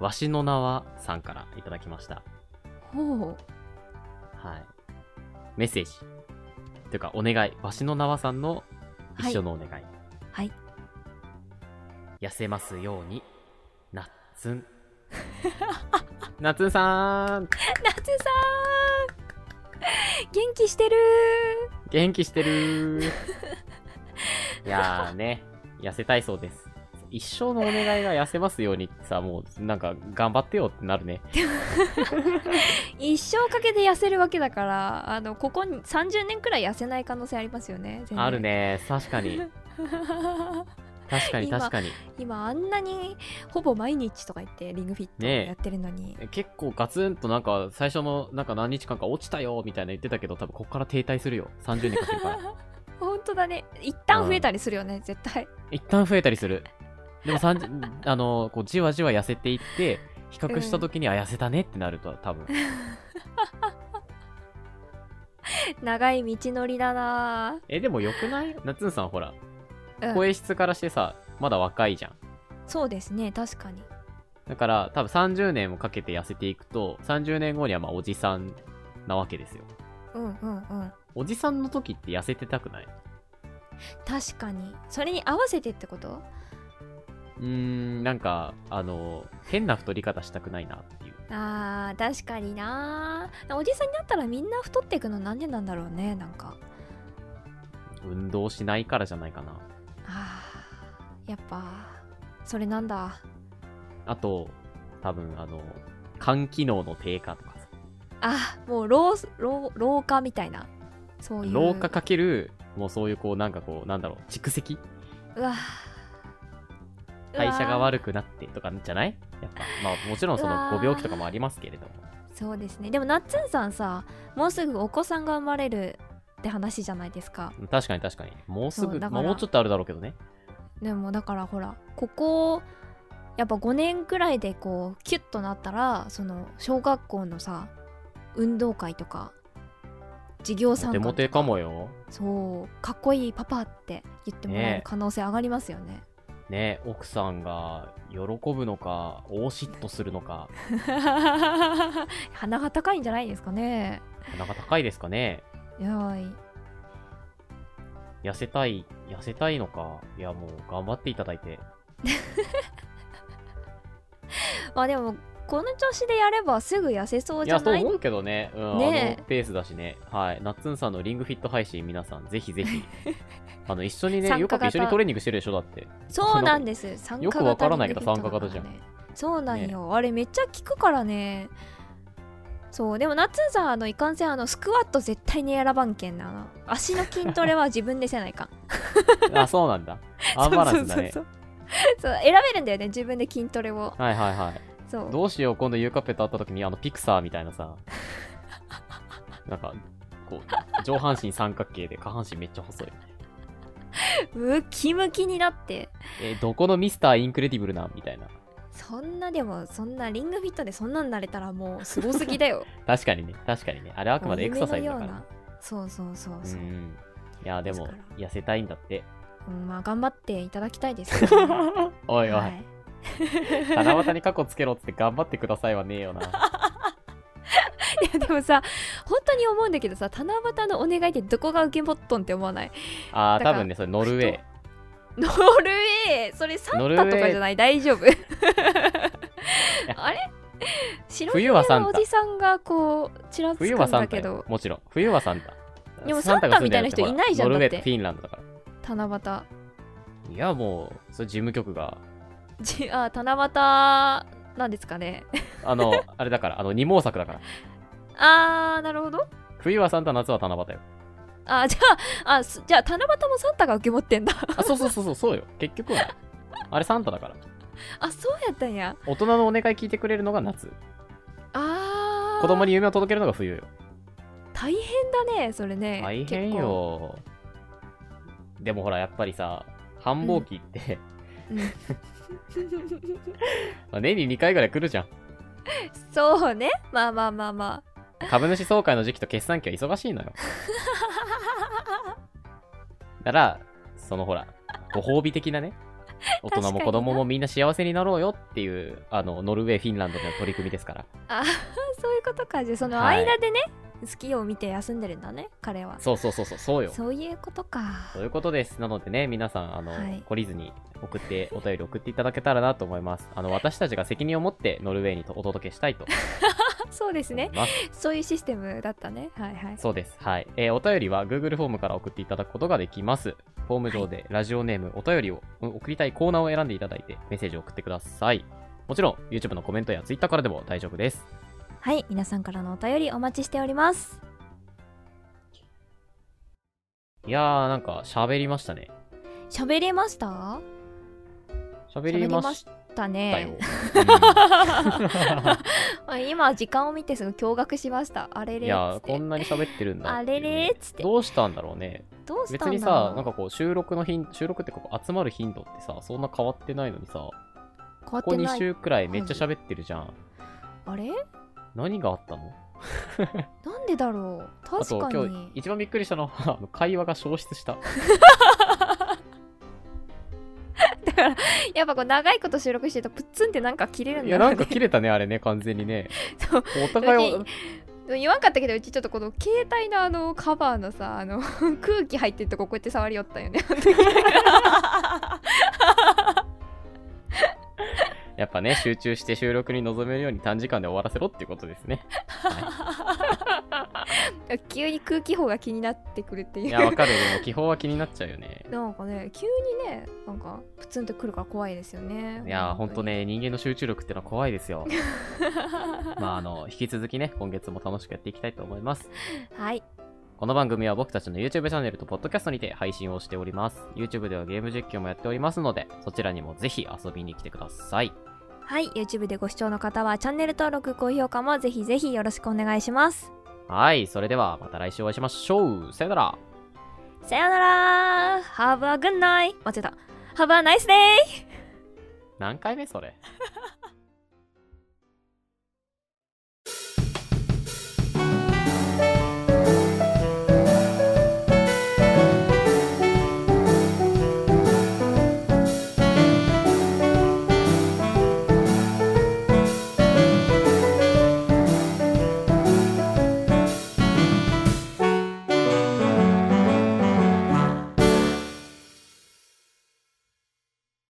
Speaker 1: わしの名はさんからいただきました。
Speaker 2: ほう
Speaker 1: はい。メッセージ。というか、お願い。わしの縄さんの
Speaker 2: はい
Speaker 1: 一緒のお願い。
Speaker 2: はい。
Speaker 1: 痩せますように、なっつ
Speaker 2: [LAUGHS]
Speaker 1: ん。なっつんさーん。
Speaker 2: 夏さん元気してる
Speaker 1: 元気してるー。いやーね、痩せたいそうです。一生のお願いが痩せますようにってさ、もうなんか頑張ってよってなるね。
Speaker 2: 一生かけて痩せるわけだからあのここに30年くらい痩せない可能性ありますよね全然
Speaker 1: あるね、確かに。確かに
Speaker 2: [LAUGHS] 今
Speaker 1: 確かに。
Speaker 2: [LAUGHS] 今あんなにほぼ毎日とか言ってリングフィット
Speaker 1: ねえ
Speaker 2: やってるのに、
Speaker 1: 結構ガツンとなんか最初のなんか何日間か落ちたよみたいな言ってたけど多分こっから停滞するよ30年かけるから
Speaker 2: [LAUGHS] 本当だね一旦増えたりするよね、絶対
Speaker 1: 一旦増えたりするでも30あのこうじわじわ痩せていって比較した時に、あ痩せたねってなると多
Speaker 2: [LAUGHS]
Speaker 1: 分
Speaker 2: 長い道のりだな
Speaker 1: えでもよくないなつんさんほら、
Speaker 2: うん
Speaker 1: 声質からしてさまだ若いじゃん
Speaker 2: そうですね確かに
Speaker 1: だから多分30年もかけて痩せていくと30年後にはまあおじさんなわけですよ
Speaker 2: うんうんうん
Speaker 1: おじさんの時って痩せてたくない
Speaker 2: 確かにそれに合わせてってこと
Speaker 1: うーんなんかあの変な太り方したくないなっていう
Speaker 2: あー確かになおじさんになったらみんな太っていくのなんでなんだろうねなんか
Speaker 1: 運動しないからじゃないかな。
Speaker 2: あーやっぱそれなんだ
Speaker 1: あと、多分、あの、肝機能の低下とかさ、
Speaker 2: あもう老老老化みたいなそういう
Speaker 1: 老化かける、もうそういうこう、なんかこう、なんだろう、蓄積
Speaker 2: うわ
Speaker 1: 代謝が
Speaker 2: 悪
Speaker 1: 悪くなってとかじゃないやっぱ、まあもちろんそうの
Speaker 2: わー
Speaker 1: ご病気とかもありますけれども。
Speaker 2: そうですねでもなっつんさんさもうすぐお子さんが生まれるって話じゃないですか
Speaker 1: 確かに確かに。もうす
Speaker 2: そう
Speaker 1: ぐ、
Speaker 2: だか
Speaker 1: まあ
Speaker 2: ら
Speaker 1: もうちょっとあるだろうけどね。
Speaker 2: でもだからほらここやっぱ5年くらいでこうキュッとなったらその小学校のさ運動会とか授業
Speaker 1: モ
Speaker 2: 参
Speaker 1: テ
Speaker 2: 観
Speaker 1: モテ
Speaker 2: と
Speaker 1: かもよ。
Speaker 2: そうかっこいいパパって言ってもらえ
Speaker 1: ねえ
Speaker 2: る可能性上がりますよね [LAUGHS]
Speaker 1: ね奥さんが喜ぶのか、大嫉妬するのか、
Speaker 2: 鼻が高いんじゃないですかね
Speaker 1: なんか高いですかね。
Speaker 2: いやーい
Speaker 1: 痩せたい、痩せたいのか。いや、もう頑張っていただいて。
Speaker 2: まあでもこの調子でやればすぐ痩せそう
Speaker 1: い
Speaker 2: じゃ
Speaker 1: や、そう
Speaker 2: ない
Speaker 1: 思うけどね。うん、
Speaker 2: ねえ
Speaker 1: あのペースだしね。はい。ナッツンさんのリングフィット配信、皆さん、ぜひぜひ。
Speaker 2: [LAUGHS]
Speaker 1: あの、一緒にね、
Speaker 2: 参加型
Speaker 1: よく一緒にトレーニングしてるでしょ、だって。
Speaker 2: そうなんです参加型
Speaker 1: よくわからないけど参加型じゃん
Speaker 2: リングフィットだからねそうなんよ、あれめっちゃ効くからねそうでも夏さんあのいかんせんあのスクワット絶対に選ばんけんなあの足の筋トレは自分でせないか
Speaker 1: [LAUGHS]
Speaker 2: ん
Speaker 1: あ、そうなんだ。アンバランスだね。
Speaker 2: そうそうそうそう選べるんだよね自分で筋トレを
Speaker 1: はいはいはい。
Speaker 2: そう
Speaker 1: どうしよう、今度ユーカッペと会った時に、あの、ピクサーみたいなさ、 [LAUGHS] なんか、こう、上半身三角形で下半身めっちゃ細い。
Speaker 2: ムキムキになって
Speaker 1: えーどこのミスターインクレディブルなんみたいな。
Speaker 2: そんなでもそんなリングフィットでそんなんなれたらもうすごすぎだよ
Speaker 1: 確かにね、確かにね。 [LAUGHS] あれはあくまでエクササイズだか
Speaker 2: 夢の
Speaker 1: ら
Speaker 2: よ。うなそうそうそ
Speaker 1: う
Speaker 2: うそう、
Speaker 1: ん。いや、でも
Speaker 2: ですか、
Speaker 1: 痩せたいんだ
Speaker 2: [LAUGHS]
Speaker 1: って。
Speaker 2: うんまあ頑張っていただきたいですけどね、
Speaker 1: [LAUGHS] おいお、
Speaker 2: はい [LAUGHS]
Speaker 1: 七夕に過去つけろっつって頑張ってくださいはねえよな。
Speaker 2: い [LAUGHS] やでもさ本当に思うんだけどさ七夕のお願いってどこが受けボットンって思わない [LAUGHS]
Speaker 1: あー、
Speaker 2: だから
Speaker 1: 多分ね、それノルウェー。
Speaker 2: ノルウェーそれサ
Speaker 1: ノ
Speaker 2: ン
Speaker 1: ルウェ
Speaker 2: タ
Speaker 1: ー
Speaker 2: とかじゃない大丈夫 [LAUGHS] あれ白ひ
Speaker 1: 冬
Speaker 2: げ
Speaker 1: はサン
Speaker 2: の
Speaker 1: タ
Speaker 2: おじさんがこうちらつく
Speaker 1: 冬
Speaker 2: ん
Speaker 1: はサン
Speaker 2: だ
Speaker 1: タ
Speaker 2: け
Speaker 1: よ
Speaker 2: ど。
Speaker 1: もちろん。冬はサンタ。
Speaker 2: でも
Speaker 1: が
Speaker 2: サンタみたいな人
Speaker 1: 住でるって
Speaker 2: いないじゃん
Speaker 1: ほらノルウェーと
Speaker 2: だっ
Speaker 1: フ
Speaker 2: て
Speaker 1: ィンランドだから。
Speaker 2: 七
Speaker 1: いや、もう、それ事務局が、
Speaker 2: 夕じあ七夕なんですかね [LAUGHS]
Speaker 1: あの、あれだから、あの、二毛作だから。
Speaker 2: あーなるほど
Speaker 1: 冬はサンタ、夏は七夕よ。
Speaker 2: あじゃああすじゃあ七夕もサンタが受け持ってんだ [LAUGHS]
Speaker 1: あ、そうそうそうそう、そうよ。結局はね。あれサンタだから。
Speaker 2: あそうやったんや
Speaker 1: 大人のお願い聞いてくれるのが夏。
Speaker 2: あー
Speaker 1: 子供に夢を届けるのが冬よ。
Speaker 2: 大変だねそれね
Speaker 1: 大変よ。でもほら、やっぱりさ、繁忙期って、
Speaker 2: 結構うん
Speaker 1: [LAUGHS] まあ年に2回ぐらい来るじゃん。
Speaker 2: そうねまあまあまあまあ [LAUGHS]
Speaker 1: 株主総会の時期と決算期は忙しいのよ。だから、そのほら、ご褒美的な
Speaker 2: [LAUGHS]
Speaker 1: ね、大
Speaker 2: かにな
Speaker 1: 人も子供もみんな幸せになろうよっていう、あの、ノルウェー、フィンランドの取り組みですから。
Speaker 2: あ [LAUGHS] ーそういうことかじゃあその
Speaker 1: はい
Speaker 2: 間でね、月を見て休んでるんだね彼は
Speaker 1: そうそうそうそう、そうよ。
Speaker 2: そういうことか
Speaker 1: そういうことです。なのでね、皆さん、あの、
Speaker 2: はい
Speaker 1: 懲りずに送って、お便り送っていただけたらなと思います。あの、私たちが責任を持ってノルウェーにとお届けしたいと
Speaker 2: あ [LAUGHS] そうです
Speaker 1: 思い
Speaker 2: ね
Speaker 1: ます。
Speaker 2: そういうシステムだったねはいはい
Speaker 1: そうです。はい。えーお便りは Google フォームから送っていただくことができます。フォーム上でラジオネーム、お便りを、うん送りたいコーナーを選んでいただいて、メッセージを送ってください。もちろん、YouTube のコメントや Twitter からでも大丈夫です。
Speaker 2: はい皆さんからのお便りお待ちしております
Speaker 1: いやー、なんか、喋りましたね。
Speaker 2: 喋れました
Speaker 1: 喋りまし
Speaker 2: だ
Speaker 1: たよ
Speaker 2: ね。今時間を見てすごい驚愕しましたあれ [LAUGHS]
Speaker 1: うん、い
Speaker 2: れー
Speaker 1: やー、
Speaker 2: っつっ
Speaker 1: こ
Speaker 2: て
Speaker 1: んなに喋ってるんだっていうね、
Speaker 2: あれれっつって
Speaker 1: どうしたんだろうね。
Speaker 2: どうした
Speaker 1: 別
Speaker 2: ん
Speaker 1: に
Speaker 2: だろ
Speaker 1: さ
Speaker 2: う、
Speaker 1: なんかこう、収録の頻収録ってかこう集まる頻度ってさ、そんな変わってないのにさ、
Speaker 2: 変わ
Speaker 1: こ
Speaker 2: っ
Speaker 1: こ
Speaker 2: てな
Speaker 1: 2
Speaker 2: い
Speaker 1: 週くらいめっちゃ喋ってるじゃん。
Speaker 2: あれ
Speaker 1: 何があったの
Speaker 2: なんでだろう
Speaker 1: あ
Speaker 2: 確
Speaker 1: と
Speaker 2: か
Speaker 1: 今
Speaker 2: に
Speaker 1: 日一番びっくりしたのは [LAUGHS] あの会話が消失した
Speaker 2: だからやっぱこう長いこと収録してるとプッツンってなんか切れるん
Speaker 1: い
Speaker 2: だ
Speaker 1: や
Speaker 2: ろう
Speaker 1: な
Speaker 2: ね
Speaker 1: んか切れたねあれね完全に [LAUGHS] ね
Speaker 2: そう
Speaker 1: お互い
Speaker 2: だ
Speaker 1: を
Speaker 2: でも言わんかったけどうちちょっとこの携帯のあのカバーのさあの空気入ってるとここうやって触りよったんよねあの時
Speaker 1: やっぱね、集中して収録に臨めるように短時間で終わらせろっていうことです [LAUGHS] ね。
Speaker 2: [LAUGHS] 急に空気砲が気になってくるっていう
Speaker 1: いや、わかる。でも、気泡は気になっちゃうよ [LAUGHS] ね。
Speaker 2: [LAUGHS] なんかね急にねなんかプツンとくるから怖いですよね
Speaker 1: いやー、ほんと
Speaker 2: に
Speaker 1: ね、人間の集中力ってのは怖いです [LAUGHS] よ。まあ、あの、引き続きね、今月も楽しくやっていきたいと思います。
Speaker 2: はい
Speaker 1: この番組は僕たちの YouTube チャンネルと Podcast にて配信をしております。YouTube ではゲーム実況もやっておりますので、そちらにもぜひ遊びに来てください。
Speaker 2: はい、YouTube でご視聴の方はチャンネル登録、高評価もぜひぜひよろしくお願いします。
Speaker 1: はい、それではまた来週お会いしましょう。さよなら。
Speaker 2: さよなら !Have a good night! 間違えた。Have a nice day!
Speaker 1: 何回目それ